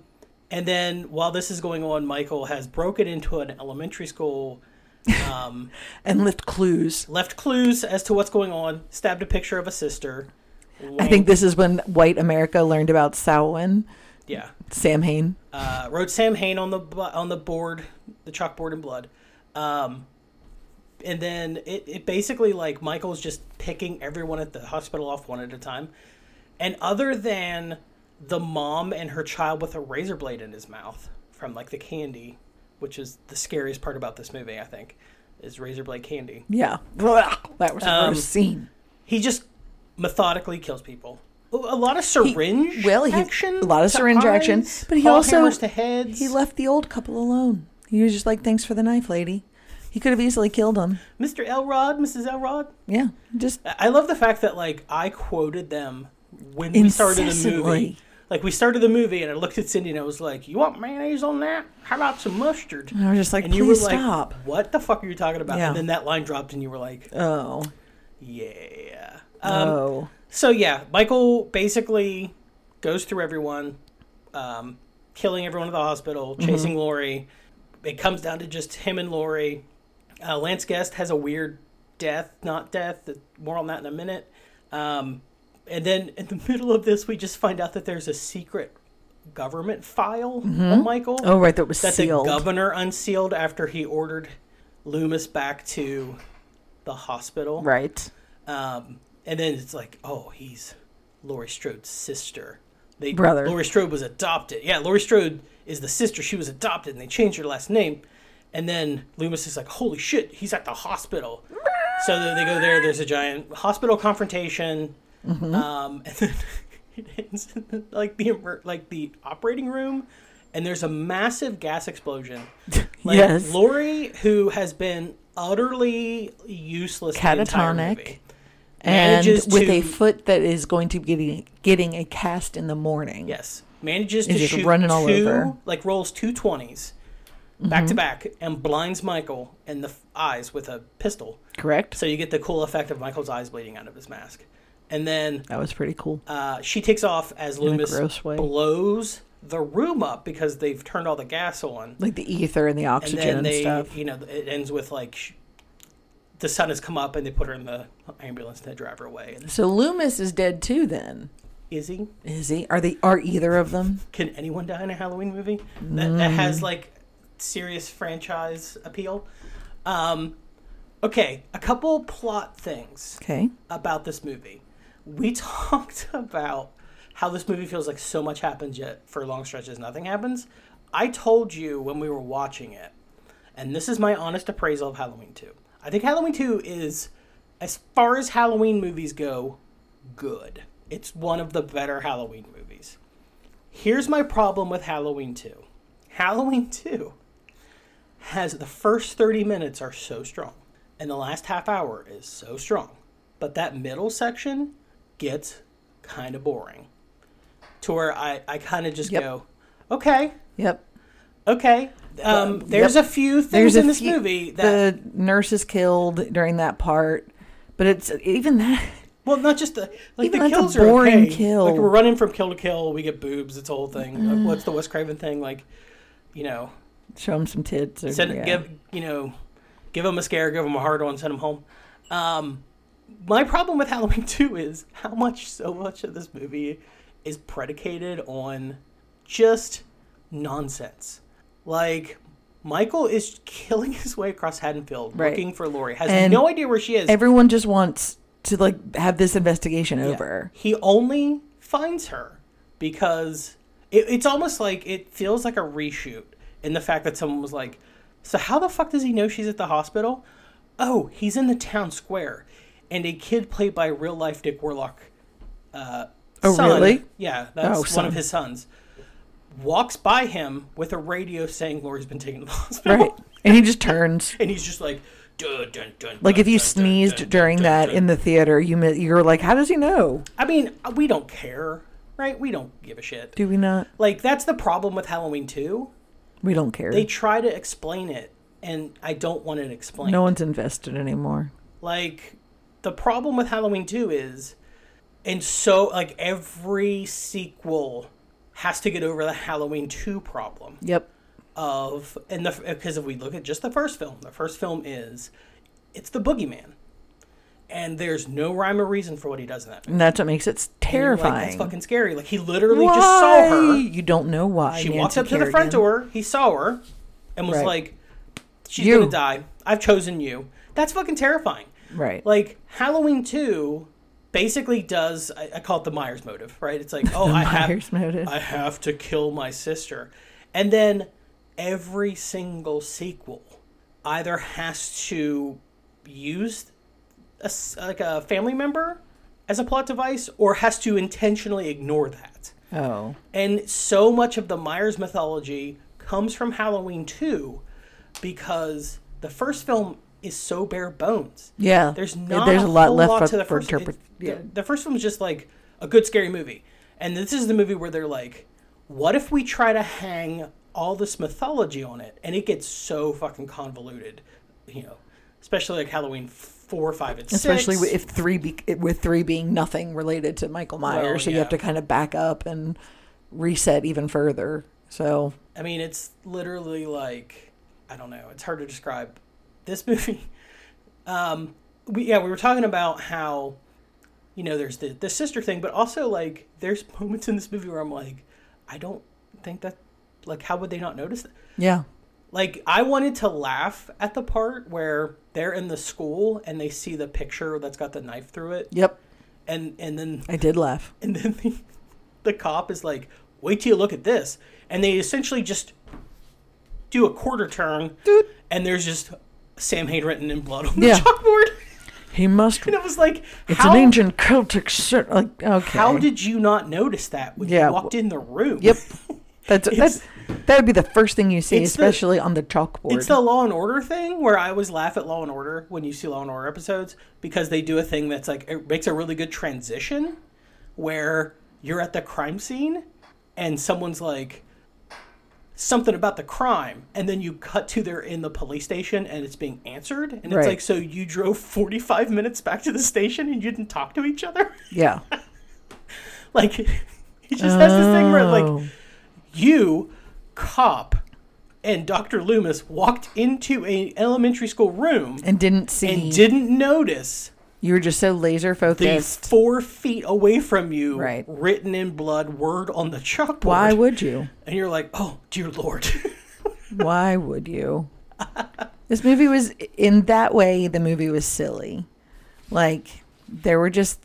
Speaker 1: and then while this is going on, Michael has broken into an elementary school, um,
Speaker 2: And left clues.
Speaker 1: left clues as to what's going on, stabbed a picture of a sister.
Speaker 2: I think this is when white America learned about Samhain.
Speaker 1: yeah.
Speaker 2: Samhain.
Speaker 1: Uh, wrote Sam Hain on the bu- on the board, the chalkboard in blood, um, and then it, it basically like Michael's just picking everyone at the hospital off one at a time, and other than the mom and her child with a razor blade in his mouth from like the candy, which is the scariest part about this movie, I think, is razor blade candy. <laughs>
Speaker 2: Yeah. Blah. That was the
Speaker 1: Um,
Speaker 2: first scene.
Speaker 1: He just methodically kills people. A- A lot of syringe
Speaker 2: well, he-
Speaker 1: action,
Speaker 2: a lot of
Speaker 1: to
Speaker 2: syringe action,
Speaker 1: eyes,
Speaker 2: but he
Speaker 1: ball
Speaker 2: also-
Speaker 1: hammers to heads.
Speaker 2: He left the old couple alone. He was just like, thanks for the knife, lady. He could have easily killed him.
Speaker 1: Mr. Elrod, Mrs. Elrod.
Speaker 2: Yeah. Just
Speaker 1: I I love the fact that like I quoted them when we started the movie.
Speaker 2: Incessantly.
Speaker 1: Like we started the movie and I looked at Cindy and I was like, "You want mayonnaise on that? How about some mustard?"
Speaker 2: I was just like,
Speaker 1: and you were
Speaker 2: "Please stop."
Speaker 1: like, "What the fuck are you talking about?"
Speaker 2: Yeah.
Speaker 1: And then that line dropped and you were like,
Speaker 2: oh.
Speaker 1: "Yeah." Um,
Speaker 2: oh.
Speaker 1: So yeah, Michael basically goes through everyone, um, killing everyone at the hospital,
Speaker 2: Mm-hmm.
Speaker 1: chasing Lori. It comes down to just him and Lori. Uh, Lance Guest has a weird death, not death. More on that in a minute. Um, and then in the <laughs> middle of this, we just find out that there's a secret government file on Michael
Speaker 2: Oh right, that was
Speaker 1: that
Speaker 2: sealed.
Speaker 1: the governor unsealed after he ordered Loomis back to the hospital.
Speaker 2: right.
Speaker 1: Um, and then it's like, oh, he's Laurie Strode's sister. They,
Speaker 2: Brother.
Speaker 1: Laurie Strode was adopted. Yeah, Laurie Strode is the sister. She was adopted, and they changed her last name. And then Loomis is like, holy shit, he's at the hospital. so then they go there. There's a giant hospital confrontation.
Speaker 2: Mm-hmm.
Speaker 1: Um, and then <laughs> it ends in like the emer- like the operating room, and there's a massive gas explosion.
Speaker 2: <laughs>
Speaker 1: Like
Speaker 2: Yes.
Speaker 1: Lori, who has been utterly useless, the entire
Speaker 2: Catatonic.
Speaker 1: movie,
Speaker 2: And
Speaker 1: manages
Speaker 2: with
Speaker 1: to-
Speaker 2: a foot that is going to be getting getting a cast in the morning.
Speaker 1: Yes, manages
Speaker 2: Is
Speaker 1: to
Speaker 2: just
Speaker 1: shoot
Speaker 2: running all
Speaker 1: two,
Speaker 2: over. Mm-hmm.
Speaker 1: like rolls two twenties back to back and blinds Michael in the f- eyes with a pistol.
Speaker 2: Correct.
Speaker 1: So you get the cool effect of Michael's eyes bleeding out of his mask, and then
Speaker 2: that was pretty cool.
Speaker 1: uh, she takes off as Loomis
Speaker 2: gross way.
Speaker 1: blows the room up because they've turned all the gas on,
Speaker 2: Like the ether and the
Speaker 1: and
Speaker 2: oxygen and,
Speaker 1: then they,
Speaker 2: stuff.
Speaker 1: you know, it ends with like. Sh- the sun has come up and they put her in the ambulance and they drive her away. And
Speaker 2: So Loomis is dead too. Then
Speaker 1: is he?
Speaker 2: is he? Are they? Are either of them?
Speaker 1: can anyone die in a Halloween movie that, that has like serious franchise appeal? Um, okay, a couple plot things
Speaker 2: Okay.
Speaker 1: <laughs> about this movie. We talked about how this movie feels like so much happens yet for long stretches nothing happens. I told you when we were watching it, and this is my honest appraisal of Halloween 2. I think Halloween 2 is, as far as Halloween movies go, good. It's one of the better Halloween movies. Here's my problem with Halloween 2 Halloween 2 has the first 30 minutes are so strong, and the last half hour is so strong. But that middle section gets kind of boring to where I, I kind of just
Speaker 2: Yep.
Speaker 1: go, okay,
Speaker 2: Yep.
Speaker 1: okay. Um, there's
Speaker 2: yep.
Speaker 1: a few things
Speaker 2: There's
Speaker 1: in
Speaker 2: a
Speaker 1: this
Speaker 2: few-
Speaker 1: movie that
Speaker 2: the nurse is killed during that part, but it's even that. <laughs>
Speaker 1: well, not just the like
Speaker 2: Even
Speaker 1: the
Speaker 2: that's
Speaker 1: kills
Speaker 2: a boring
Speaker 1: are okay.
Speaker 2: kill.
Speaker 1: Like we're running from kill to kill, we get boobs. It's a whole thing. Like, what's the
Speaker 2: Mm.
Speaker 1: Wes Craven thing? Like, you know,
Speaker 2: Show him some tits. Or,
Speaker 1: send
Speaker 2: yeah.
Speaker 1: give you know, give him a scare, give him a hard one, send him home. Um, my problem with Halloween <laughs> Two is how much so much of this movie is predicated on just nonsense. Like Michael is killing <laughs> his way across Haddonfield
Speaker 2: Right.
Speaker 1: looking for Lori, has
Speaker 2: And
Speaker 1: no idea where she is.
Speaker 2: Everyone just wants to like have this investigation
Speaker 1: Yeah.
Speaker 2: over.
Speaker 1: He only finds her because it, it's almost like it feels like a reshoot in the fact that someone was like, "So how the fuck does he know she's at the hospital?" Oh, he's in the town square, and a kid played by real life Dick Warlock. Uh,
Speaker 2: Oh,
Speaker 1: son-
Speaker 2: really?
Speaker 1: Yeah, that's
Speaker 2: Oh,
Speaker 1: one
Speaker 2: son.
Speaker 1: of his sons. Walks by him with a radio saying Lori's been taken to the <laughs> hospital,
Speaker 2: Right. and he just turns.
Speaker 1: and he's just like, dun, dun, dun,
Speaker 2: Like
Speaker 1: dun,
Speaker 2: if you
Speaker 1: dun, dun,
Speaker 2: sneezed
Speaker 1: dun,
Speaker 2: during
Speaker 1: dun,
Speaker 2: that
Speaker 1: dun.
Speaker 2: in the theater, you mi- you're like, how does he know?
Speaker 1: I mean, we don't care, right? We don't give a shit.
Speaker 2: Do we not?
Speaker 1: Like that's the problem with Halloween 2.
Speaker 2: We don't care.
Speaker 1: They try to explain it and I don't want it explained.
Speaker 2: no one's invested anymore.
Speaker 1: Like the problem with Halloween 2 is and so like every sequel has to get over the Halloween 2 problem
Speaker 2: Yep.
Speaker 1: of and the because if we look at just the first film, the first film is it's the boogeyman. And there's no rhyme or reason for what he does in that. movie.
Speaker 2: And that's what makes it
Speaker 1: And you're like,
Speaker 2: terrifying.
Speaker 1: That's fucking scary. Like he literally just saw her.
Speaker 2: Why? You don't know why.
Speaker 1: She
Speaker 2: Nancy
Speaker 1: walked up to the
Speaker 2: Kerrigan.
Speaker 1: front
Speaker 2: <laughs>
Speaker 1: door. He saw her and was
Speaker 2: Right.
Speaker 1: like, "She's
Speaker 2: You.
Speaker 1: gonna die. I've chosen you." That's fucking terrifying.
Speaker 2: Right.
Speaker 1: Like Halloween Two basically does. I, I call it the Myers motive, right? It's
Speaker 2: <laughs>
Speaker 1: like, oh, I
Speaker 2: Myers
Speaker 1: have,
Speaker 2: motive.
Speaker 1: I have to kill my sister, and then every single sequel either has to use a s like a family member as a plot device or has to intentionally ignore that.
Speaker 2: oh.
Speaker 1: And so much of the Myers mythology comes from Halloween 2 because the first film is so bare bones.
Speaker 2: Yeah.
Speaker 1: There's
Speaker 2: Yeah,
Speaker 1: not
Speaker 2: there's a lot
Speaker 1: whole
Speaker 2: left
Speaker 1: lot
Speaker 2: for-
Speaker 1: to the
Speaker 2: for
Speaker 1: first it-
Speaker 2: interpret-
Speaker 1: the-
Speaker 2: yeah.
Speaker 1: The first film is just like a good scary movie. And this is the movie where they're like, what if we try to hang all this mythology on it? And it gets so fucking convoluted, you know, especially like Halloween 4, 5, and 6.
Speaker 2: Especially wi- if three be, with three being nothing related to Michael Myers, so you
Speaker 1: yeah.
Speaker 2: have to kind of back up and reset even further. So
Speaker 1: I mean, it's literally like I don't know. It's hard to describe this <laughs> movie. Um, we, yeah, we were talking about how you know there's the the sister thing, but also like there's <laughs> moments in this movie where I'm like, I don't think that like how would they not notice that?
Speaker 2: yeah,
Speaker 1: Like I wanted to laugh at the part where they're in the school and they see the picture that's got the knife through it,
Speaker 2: yep,
Speaker 1: and and then
Speaker 2: I did laugh.
Speaker 1: <laughs> and then the, the cop is like, "Wait till you look at this," and they essentially just do a quarter turn,
Speaker 2: Doot.
Speaker 1: and there's just Sam Hain written in blood on the
Speaker 2: Yeah.
Speaker 1: chalkboard, <laughs>
Speaker 2: He must.
Speaker 1: and it was like,
Speaker 2: It's
Speaker 1: how,
Speaker 2: an ancient Celtic. Cer- like okay.
Speaker 1: How did you not notice that when
Speaker 2: Yeah.
Speaker 1: you walked in the room?
Speaker 2: Yep. That's
Speaker 1: It's-
Speaker 2: that. That would be the first thing you see,
Speaker 1: It's the-
Speaker 2: especially on the chalkboard.
Speaker 1: It's the Law and Order thing where I always laugh at Law and Order when you see Law and Order episodes because they do a thing that's like it makes a really good transition where you're at the crime scene and someone's like something about the crime and then you cut to they're in the police station and it's being answered and
Speaker 2: Right.
Speaker 1: it's like so you drove 45 minutes back to the station and you didn't talk to each other <laughs>
Speaker 2: yeah.
Speaker 1: like it just has this thing where like
Speaker 2: Oh.
Speaker 1: you, cop, and Dr. Loomis walked into an elementary school room <laughs> and,
Speaker 2: and didn't see.
Speaker 1: didn't notice
Speaker 2: you were just so laser
Speaker 1: the
Speaker 2: focused.
Speaker 1: four feet away from you
Speaker 2: Right.
Speaker 1: written in blood word on the chalkboard.
Speaker 2: Why would you?
Speaker 1: and you're like, oh, dear Lord. <laughs>
Speaker 2: Why would you? This movie was in that way. The movie was silly. Like there were just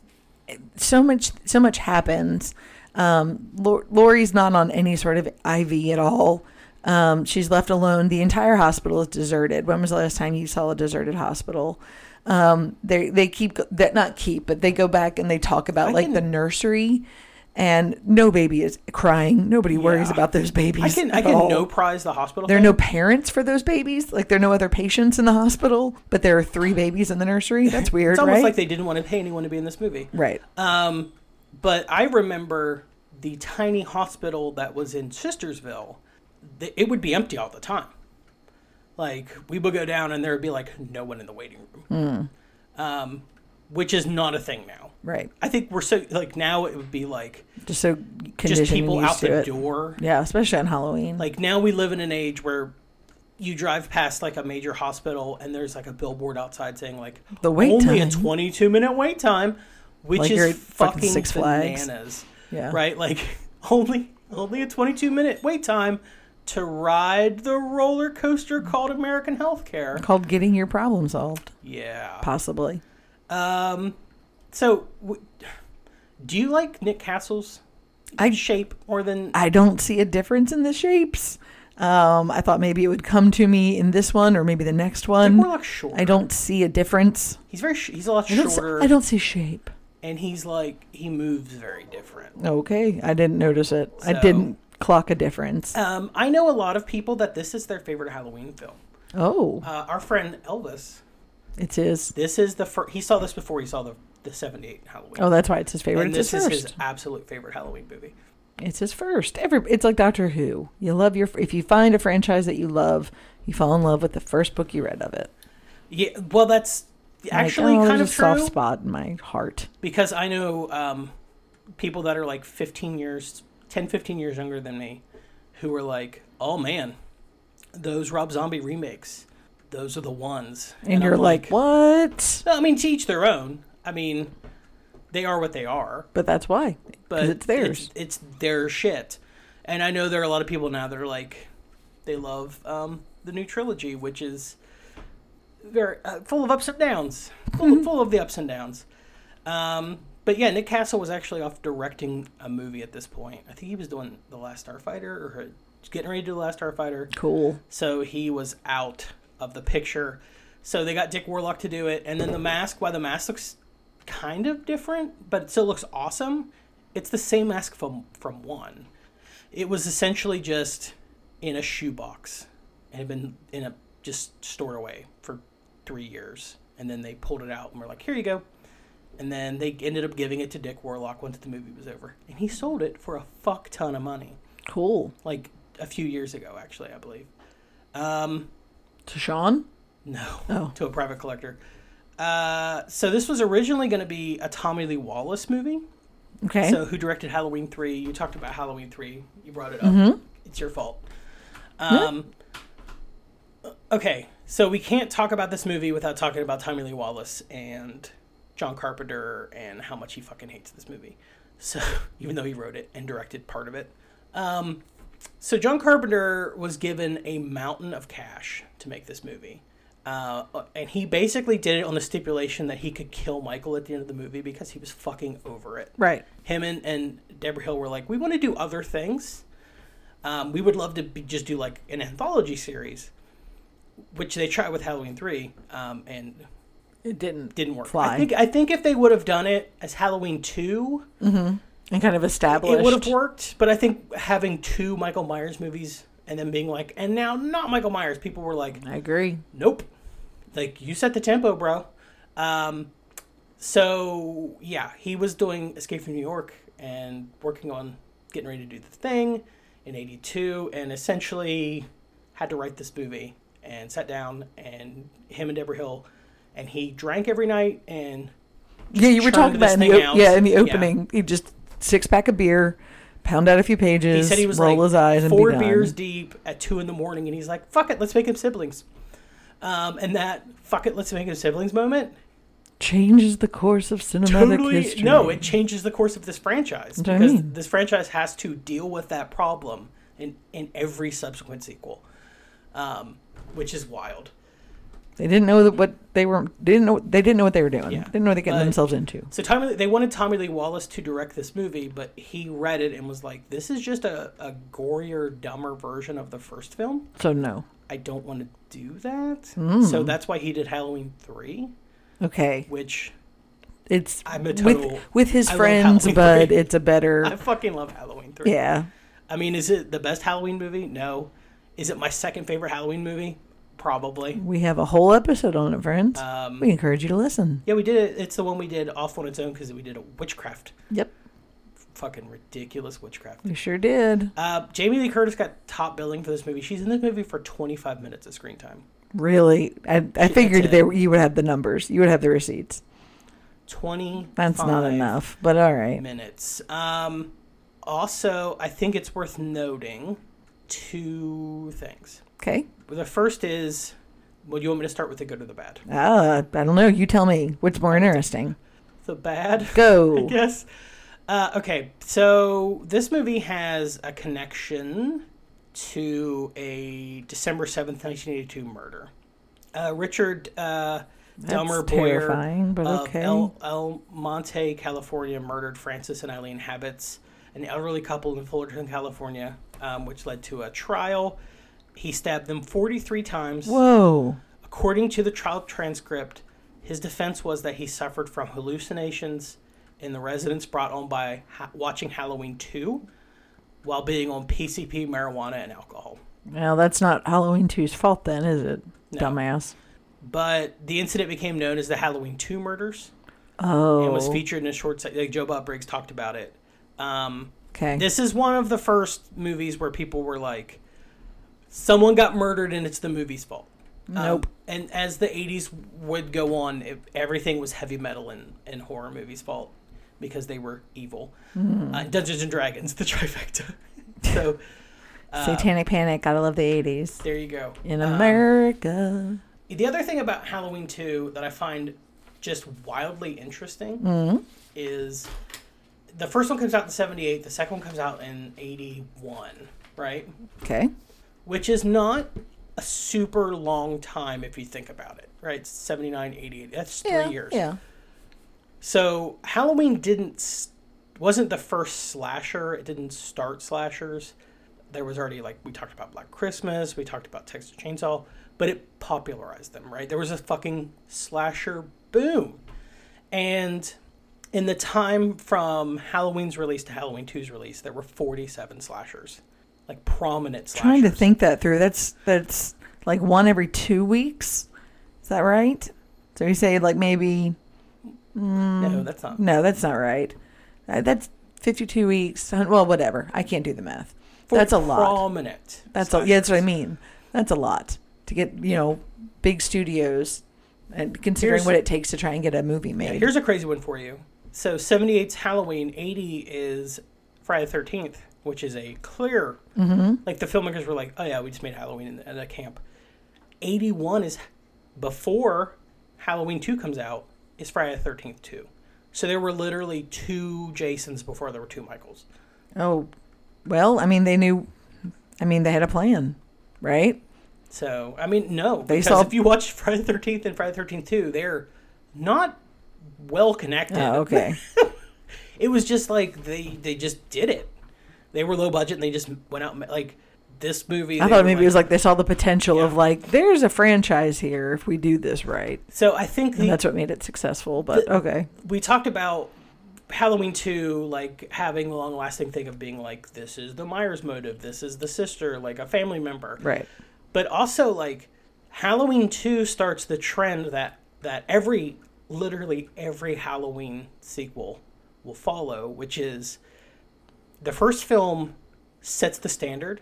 Speaker 2: so much. So much happens. Um, Lor- Lori's not on any sort of IV at all. Um, she's left alone. The entire hospital is deserted. When was the last time you saw a deserted hospital? Um, they they keep go- that not keep, but they go back and they talk about like the nursery, and no baby is crying. Nobody worries
Speaker 1: Yeah.
Speaker 2: about those babies.
Speaker 1: I can I
Speaker 2: at
Speaker 1: can
Speaker 2: all.
Speaker 1: no prize the hospital.
Speaker 2: There are
Speaker 1: thing.
Speaker 2: no parents for those babies. Like there are no other patients in the hospital, but there are
Speaker 1: <gasps>
Speaker 2: three babies in the nursery. That's weird,
Speaker 1: It's almost
Speaker 2: right?
Speaker 1: like they didn't want to pay anyone to be in this movie.
Speaker 2: right.
Speaker 1: Um, but I remember the tiny hospital that was in Sistersville. th- It would be empty all the time. Like we would go down and there would be like no one in the waiting room,
Speaker 2: Hmm.
Speaker 1: um, which is not a thing now.
Speaker 2: right.
Speaker 1: I think we're so like now it would be like
Speaker 2: Just so conditioned
Speaker 1: just people
Speaker 2: and used
Speaker 1: out
Speaker 2: to
Speaker 1: the
Speaker 2: it.
Speaker 1: door.
Speaker 2: Yeah, especially on Halloween.
Speaker 1: Like now we live in an age where you drive past like a major hospital and there's like a billboard outside saying like
Speaker 2: The wait
Speaker 1: only
Speaker 2: time.
Speaker 1: a 22 minute wait time, which
Speaker 2: Like
Speaker 1: is
Speaker 2: you're at fucking
Speaker 1: fucking
Speaker 2: Six Flags.
Speaker 1: bananas.
Speaker 2: Yeah.
Speaker 1: Right? Like <laughs> only only a 22 minute wait time to ride the roller coaster called American Healthcare.
Speaker 2: called getting your problem solved,
Speaker 1: Yeah.
Speaker 2: possibly.
Speaker 1: Um so w- do you like Nick Castle's
Speaker 2: I-
Speaker 1: shape more than
Speaker 2: I don't see a difference in the shapes. Um, I thought maybe it would come to me in this one or maybe the next one.
Speaker 1: more like shorter.
Speaker 2: I don't see a difference.
Speaker 1: He's very sh- he's a lot
Speaker 2: I don't, see,
Speaker 1: shorter
Speaker 2: I don't see shape.
Speaker 1: and he's like he moves very different.
Speaker 2: Okay, I didn't notice it. I
Speaker 1: So-
Speaker 2: didn't clock a difference.
Speaker 1: Um, I know a lot of people that this is their favorite Halloween film.
Speaker 2: oh,
Speaker 1: Uh, our friend Elvis,
Speaker 2: it is.
Speaker 1: this is the first. He saw this before he saw the the '78 Halloween.
Speaker 2: Oh, that's why it's his favorite.
Speaker 1: and
Speaker 2: it's
Speaker 1: this
Speaker 2: his
Speaker 1: is
Speaker 2: first.
Speaker 1: his absolute favorite Halloween movie.
Speaker 2: It's his first. Every it's like Doctor Who. You love your if you find a franchise that you love, you fall in love with the first book you read of it.
Speaker 1: Yeah, well, that's
Speaker 2: Like,
Speaker 1: actually
Speaker 2: oh,
Speaker 1: kind
Speaker 2: there's
Speaker 1: of
Speaker 2: a
Speaker 1: true
Speaker 2: soft spot in my heart.
Speaker 1: because I know um, people that are like 15 years, 10, 15 years younger than me, who were like, "Oh man, those Rob Zombie remakes, those are the ones."
Speaker 2: And, you're like, what?
Speaker 1: "Well, I mean, to each their own. I mean, they are what they are."
Speaker 2: But that's why.
Speaker 1: but
Speaker 2: Because it's theirs.
Speaker 1: It's, their shit. And I know there are a lot of people now that are like, they love um, the new trilogy, which is very uh, full of ups and downs, full,
Speaker 2: Mm-hmm.
Speaker 1: full of the ups and downs. Um, but yeah, Nick Castle was actually off directing a movie at this point. I think he was doing the Last Starfighter or uh, getting ready to do the Last Starfighter.
Speaker 2: cool.
Speaker 1: So he was out of the picture. So they got Dick Warlock to do it, and then the mask. While the mask looks kind of different, but it still looks awesome, it's the same mask from from one. It was essentially just in a shoebox and had been in a just stored away for three years, and then they pulled it out and were like, "Here you go." And then they ended up giving it to Dick Warlock once the movie was over, and he sold it for a fuck ton of money,
Speaker 2: Cool.
Speaker 1: like a few years ago, actually, I believe. Um,
Speaker 2: To Sean?
Speaker 1: no,
Speaker 2: Oh.
Speaker 1: to a private collector. Uh, so this was originally going to be a Tommy Lee Wallace movie.
Speaker 2: Okay.
Speaker 1: So who directed Halloween three? You talked about Halloween three. You brought it up.
Speaker 2: Mm-hmm.
Speaker 1: It's your fault. Um, Okay, so we can't talk about this movie without talking about Tommy Lee Wallace and John Carpenter and how much he fucking hates this movie. So <laughs> even though he wrote it and directed part of it, um, so John Carpenter was given a mountain of cash to make this movie. Uh, and he basically did it on the stipulation that he could kill Michael at the end of the movie because he was fucking over it
Speaker 2: right.
Speaker 1: him and, and Deborah Hill were like, we want to do other things. Um, we would love to be, just do like an anthology series, which they tried with Halloween three, um, and
Speaker 2: It didn't
Speaker 1: didn't work.
Speaker 2: Fly.
Speaker 1: I think I think if they would have done it as Halloween two,
Speaker 2: and kind of established.
Speaker 1: it would have worked. But I think having two Michael Myers movies and then being like, and now not Michael Myers, people were like,
Speaker 2: I agree.
Speaker 1: Nope. Like you set the tempo, bro. Um, so yeah, he was doing Escape from New York and working on getting ready to do the thing in '82, and essentially had to write this movie and sat down and him and Deborah Hill, and he drank every night and
Speaker 2: Yeah, you were
Speaker 1: churned
Speaker 2: talking about
Speaker 1: this
Speaker 2: in the
Speaker 1: thing
Speaker 2: op-
Speaker 1: out.
Speaker 2: yeah in the
Speaker 1: Yeah.
Speaker 2: opening. He just six pack of beer, pound out a few
Speaker 1: he
Speaker 2: pages,
Speaker 1: said he was
Speaker 2: roll
Speaker 1: like
Speaker 2: his eyes, and
Speaker 1: four
Speaker 2: be done.
Speaker 1: beers deep at two in the morning, and he's like, "Fuck it, let's make him siblings." Um, and that "fuck it, let's make him siblings" moment
Speaker 2: changes the course of cinematic
Speaker 1: totally
Speaker 2: history.
Speaker 1: no it changes the course of this franchise
Speaker 2: what I
Speaker 1: because
Speaker 2: mean.
Speaker 1: this franchise has to deal with that problem in in every subsequent sequel um, which is wild
Speaker 2: They didn't know that what they were didn't know they didn't know what they were doing.
Speaker 1: Yeah.
Speaker 2: Didn't know what they were getting
Speaker 1: Uh,
Speaker 2: themselves into.
Speaker 1: So Tommy, Lee- they wanted Tommy Lee Wallace to direct this movie, but he read it and was like, "This is just a, a gorier, dumber version of the first film.
Speaker 2: So no.
Speaker 1: I don't want to do that."
Speaker 2: Hmm.
Speaker 1: So that's why he did Halloween three,
Speaker 2: Okay.
Speaker 1: which
Speaker 2: It's
Speaker 1: I'm a
Speaker 2: with
Speaker 1: total-
Speaker 2: with his
Speaker 1: I love
Speaker 2: friends,
Speaker 1: Halloween <laughs>
Speaker 2: but
Speaker 1: three.
Speaker 2: it's a better
Speaker 1: I fucking love Halloween three.
Speaker 2: yeah.
Speaker 1: I mean, is it the best Halloween movie? No. Is it my second favorite Halloween movie? Probably.
Speaker 2: We have a whole episode on it, friends.
Speaker 1: Um,
Speaker 2: we encourage you to listen.
Speaker 1: Yeah, we did it. It's the one we did off on its own because we did a witchcraft,
Speaker 2: Yep,
Speaker 1: fucking ridiculous witchcraft.
Speaker 2: we sure did.
Speaker 1: Uh, Jamie Lee Curtis got top billing for this movie. She's in this movie for 25 minutes of screen time.
Speaker 2: Really, I, I figured
Speaker 1: it.
Speaker 2: there you would have the numbers. You would have the receipts.
Speaker 1: 20.
Speaker 2: That's not enough, but all right.
Speaker 1: Minutes. Um, also, I think it's worth noting two things.
Speaker 2: Okay.
Speaker 1: The first is, well, you want me to start with the good or the bad?
Speaker 2: Uh, I don't know. You tell me what's more interesting.
Speaker 1: The bad.
Speaker 2: Go.
Speaker 1: Yes. Uh, okay, so this movie has a connection to a December 7th, 1982 murder. Uh, Richard uh, Delmer
Speaker 2: terrifying,
Speaker 1: Boyer
Speaker 2: but
Speaker 1: of
Speaker 2: okay.
Speaker 1: El, El Monte, California, murdered Francis and Eileen Habits, an elderly couple in Fullerton, California, um, which led to a trial. He stabbed them 43 times.
Speaker 2: Whoa.
Speaker 1: According to the trial transcript, his defense was that he suffered from hallucinations in the residence brought on by ha- watching Halloween 2 while being on PCP, marijuana, and alcohol.
Speaker 2: Well, that's not Halloween 2's fault then, is it? Dumbass.
Speaker 1: But the incident became known as the Halloween 2 murders
Speaker 2: Oh.
Speaker 1: and was featured in a short se- like Joe Bob Briggs talked about it. Um,
Speaker 2: okay.
Speaker 1: this is one of the first movies where people were like, someone got murdered and it's the movie's fault. Um,
Speaker 2: Nope.
Speaker 1: and as the 80s would go on, it, everything was heavy metal and, and horror movies' fault because they were evil.
Speaker 2: Hmm.
Speaker 1: Uh, Dungeons and Dragons, <laughs> the trifecta. so
Speaker 2: Satanic Panic. Gotta love the 80s.
Speaker 1: there you go.
Speaker 2: In
Speaker 1: Oh. Um,
Speaker 2: America.
Speaker 1: the other thing about Halloween 2 that I find just wildly interesting
Speaker 2: Hmm.
Speaker 1: is the first one comes out in 78, the second one comes out in 81, right?
Speaker 2: Okay.
Speaker 1: which is not a super long time if you think about it, right? 79, 88. That's three
Speaker 2: yeah.
Speaker 1: years.
Speaker 2: Yeah.
Speaker 1: So Halloween didn't s- wasn't the first slasher. It didn't start slashers. There was already like we talked about Black Christmas, we talked about Texas Chainsaw, but it popularized them, right? There was a fucking slasher boom. And in the time from Halloween's release to Halloween 2's release, there were 47 slashers. Like prominent slashers.
Speaker 2: Trying to think that through. That's that's like one every two weeks. Is that right? So you say like maybe
Speaker 1: No, that's not.
Speaker 2: no, that's not right. Uh, that's fifty-two weeks. hun- Well, whatever. I can't do the math.
Speaker 1: For
Speaker 2: that's a lot.
Speaker 1: Prominent.
Speaker 2: That's a, yeah. That's what I mean. That's a lot to get. You know, big studios, and considering
Speaker 1: Here's-
Speaker 2: what it takes to try and get a movie
Speaker 1: Yeah,
Speaker 2: made.
Speaker 1: here's a crazy one for you. So 78's Halloween, 80 is Friday the 13th, which is a clear.
Speaker 2: Mm-hmm.
Speaker 1: Like the filmmakers were like, oh yeah, we just made Halloween at a camp. 81 is before Halloween 2 comes out, is Friday the 13th 2. So there were literally two Jasons before there were two Michaels.
Speaker 2: oh, well, I mean, they knew. I mean, they had a plan, right?
Speaker 1: So I mean, no,
Speaker 2: They
Speaker 1: because
Speaker 2: saw-
Speaker 1: if you watch Friday the 13th and Friday the 13th 2, they're not well connected.
Speaker 2: Oh, okay.
Speaker 1: it was just like they they just did it. They were low budget and they just went out and ma- like this movie.
Speaker 2: I
Speaker 1: they
Speaker 2: thought
Speaker 1: were
Speaker 2: maybe it was like <laughs> they saw the potential of
Speaker 1: Yeah.
Speaker 2: like there's a franchise here if we do this right.
Speaker 1: so. I think the,
Speaker 2: And that's what made it successful. But okay,
Speaker 1: we talked about Halloween two, like having the long lasting thing of being like this is the Myers motive, this is the sister, like a family member,
Speaker 2: right.
Speaker 1: But also like Halloween two starts the trend that that every literally every Halloween sequel will follow, which is the first film sets the standard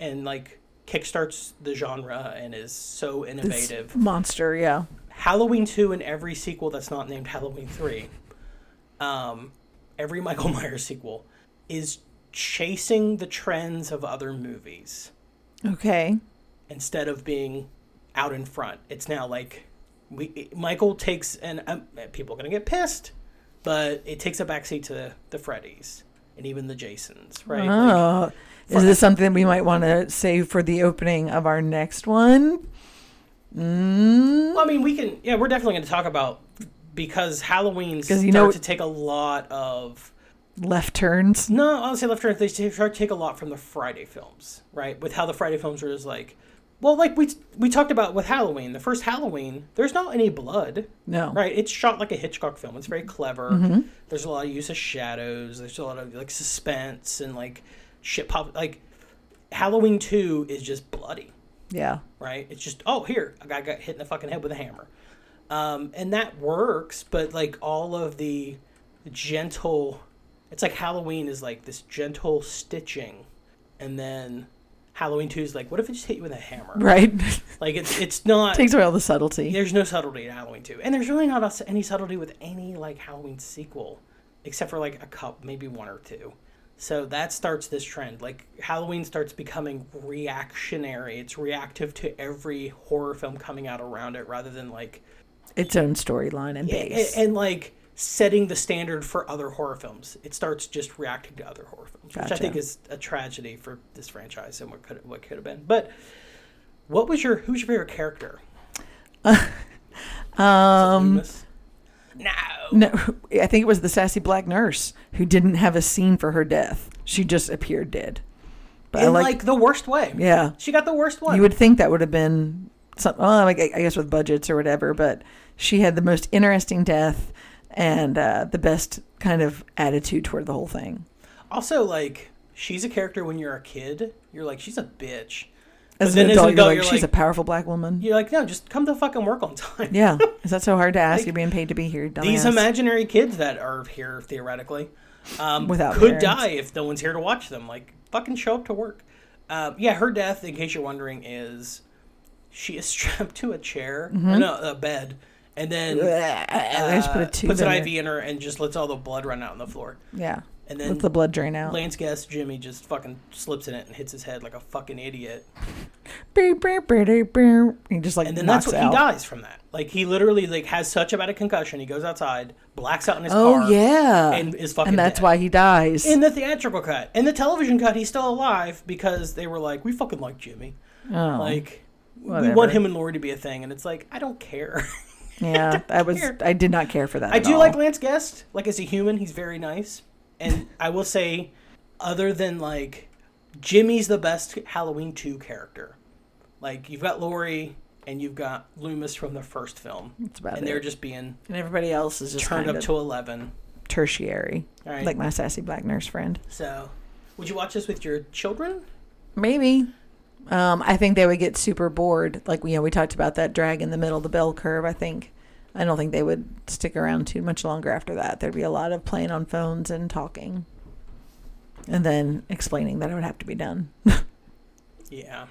Speaker 1: and like kickstarts the genre and is so
Speaker 2: It's
Speaker 1: innovative.
Speaker 2: monster, yeah.
Speaker 1: Halloween two and every sequel that's not named Halloween three, um, every <laughs> Michael Myers sequel is chasing the trends of other movies
Speaker 2: Okay.
Speaker 1: instead of being out in front. It's now like we Michael takes and um, people are gonna get pissed, but it takes a backseat to the Freddy's and even the Jasons, right? Like,
Speaker 2: Uh, is this something we might want to save for the opening of our next one?
Speaker 1: Well, I mean, we can. Yeah, we're definitely going to talk about because Halloween starts
Speaker 2: you know-
Speaker 1: to take a lot of.
Speaker 2: Left turns.
Speaker 1: No, I'll say left turn. They start to take a lot from the Friday films, right? With how the Friday films were just like, well, like we we talked about with Halloween, the first Halloween, there's not any blood,
Speaker 2: No.
Speaker 1: right? It's shot like a Hitchcock film. It's very clever. There's a lot of use of shadows. There's a lot of like suspense and like shit pop. Like Halloween two is just bloody
Speaker 2: Yeah.
Speaker 1: right? It's just oh here a guy got hit in the fucking head with a hammer, um, and that works. But like all of the gentle, it's like Halloween is like this gentle stitching, and then Halloween two is like what if it just hit you with a hammer?
Speaker 2: Right. <laughs>
Speaker 1: Like it's it's not.
Speaker 2: Takes away all the subtlety.
Speaker 1: there's no subtlety in Halloween two, and there's really not a, any subtlety with any like Halloween sequel, except for like a cup, maybe one or two. So that starts this trend. Like Halloween starts becoming reactionary. It's reactive to every horror film coming out around it rather than like
Speaker 2: Its own storyline and
Speaker 1: a-
Speaker 2: base.
Speaker 1: a- and like setting the standard for other horror films. It starts just reacting to other horror films, which I
Speaker 2: Gotcha.
Speaker 1: think is a tragedy for this franchise and what could what could have been. But what was your who's your favorite
Speaker 2: <laughs>
Speaker 1: character? um No.
Speaker 2: No, I think it was the sassy black nurse who didn't have a scene for her death. She just appeared dead. But I
Speaker 1: in like,
Speaker 2: like,
Speaker 1: the worst way.
Speaker 2: Yeah.
Speaker 1: She got the worst one.
Speaker 2: you would think that would have been some. Well, I gu- I guess with budgets or whatever, but she had the most interesting death and uh, the best kind of attitude toward the whole thing.
Speaker 1: also like she's a character when you're a kid, you're like she's a bitch.
Speaker 2: As
Speaker 1: But
Speaker 2: an
Speaker 1: then
Speaker 2: adult, you're like,
Speaker 1: you're
Speaker 2: she's a
Speaker 1: like-
Speaker 2: powerful black woman.
Speaker 1: You're like, no, just come to fucking work on time.
Speaker 2: Yeah, is that so hard to ask? you're being paid to be here.
Speaker 1: These
Speaker 2: dumbass.
Speaker 1: imaginary kids that are here theoretically um,
Speaker 2: Without
Speaker 1: could
Speaker 2: parents.
Speaker 1: die if no one's here to watch them. Like, fucking show up to work. Uh, yeah, her death, in case you're wondering, is she is <laughs> strapped to a chair, or no, a bed, and then
Speaker 2: Mm-hmm. I just put a
Speaker 1: uh,
Speaker 2: tube
Speaker 1: puts
Speaker 2: in
Speaker 1: an
Speaker 2: there.
Speaker 1: IV in her and just lets all the blood run out on the floor.
Speaker 2: Yeah,
Speaker 1: And then
Speaker 2: let the blood drain out.
Speaker 1: Lance Guess Jimmy just fucking slips in it and hits his head like a fucking idiot.
Speaker 2: Beep, beep, beep, beep, beep. He just like
Speaker 1: And then
Speaker 2: knocks
Speaker 1: that's what
Speaker 2: out.
Speaker 1: he dies from that. Like he literally like has such a bad concussion, he goes outside, blacks out in his car.
Speaker 2: Oh yeah,
Speaker 1: and is fucking
Speaker 2: And that's
Speaker 1: dead.
Speaker 2: why he dies.
Speaker 1: In the theatrical cut, in the television cut, he's still alive because they were like, "We fucking like Jimmy, like we
Speaker 2: Oh, whatever.
Speaker 1: want him and Lori to be a thing." And it's like, I don't care. <laughs>
Speaker 2: yeah, I was.
Speaker 1: care.
Speaker 2: I did not care for that.
Speaker 1: I
Speaker 2: at
Speaker 1: do
Speaker 2: all.
Speaker 1: like Lance Guest. Like as a human, he's very nice, and I will say, other than like, Jimmy's the best Halloween two character. Like you've got Lori and you've got Loomis from the first film,
Speaker 2: That's about
Speaker 1: and they're
Speaker 2: it.
Speaker 1: just being
Speaker 2: and everybody else is just
Speaker 1: turned
Speaker 2: kind
Speaker 1: up
Speaker 2: of
Speaker 1: to eleven.
Speaker 2: tertiary,
Speaker 1: All right.
Speaker 2: like my sassy black nurse friend.
Speaker 1: So, would you watch this with your children?
Speaker 2: Maybe. Um, I think they would get super bored. Like you know, we talked about that drag in the middle of the bell curve. I think. I don't think they would stick around too much longer after that. There'd be a lot of playing on phones and talking, and then explaining that it would have to be done. <laughs>
Speaker 1: Yeah.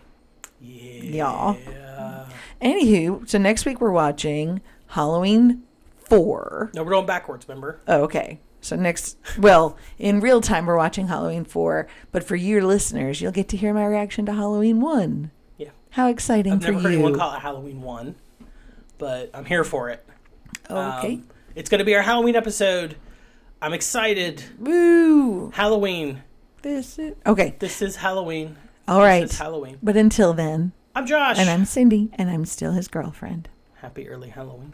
Speaker 1: Yeah.
Speaker 2: Yeah. Anywho, so next week we're watching Halloween four.
Speaker 1: No, we're going backwards, remember?
Speaker 2: Oh, okay. So next, well, in real time, we're watching Halloween 4, but for your listeners, you'll get to hear my reaction to Halloween 1.
Speaker 1: Yeah.
Speaker 2: How exciting
Speaker 1: I've
Speaker 2: for
Speaker 1: never heard
Speaker 2: you.
Speaker 1: anyone call it Halloween 1, but I'm here for it. Um,
Speaker 2: okay.
Speaker 1: it's going to be our Halloween episode. I'm excited.
Speaker 2: Woo!
Speaker 1: Halloween.
Speaker 2: This is Okay.
Speaker 1: This is Halloween.
Speaker 2: All
Speaker 1: this
Speaker 2: right.
Speaker 1: is Halloween.
Speaker 2: But until then,
Speaker 1: I'm Josh.
Speaker 2: and I'm Cindy, and I'm still his girlfriend.
Speaker 1: Happy early Halloween.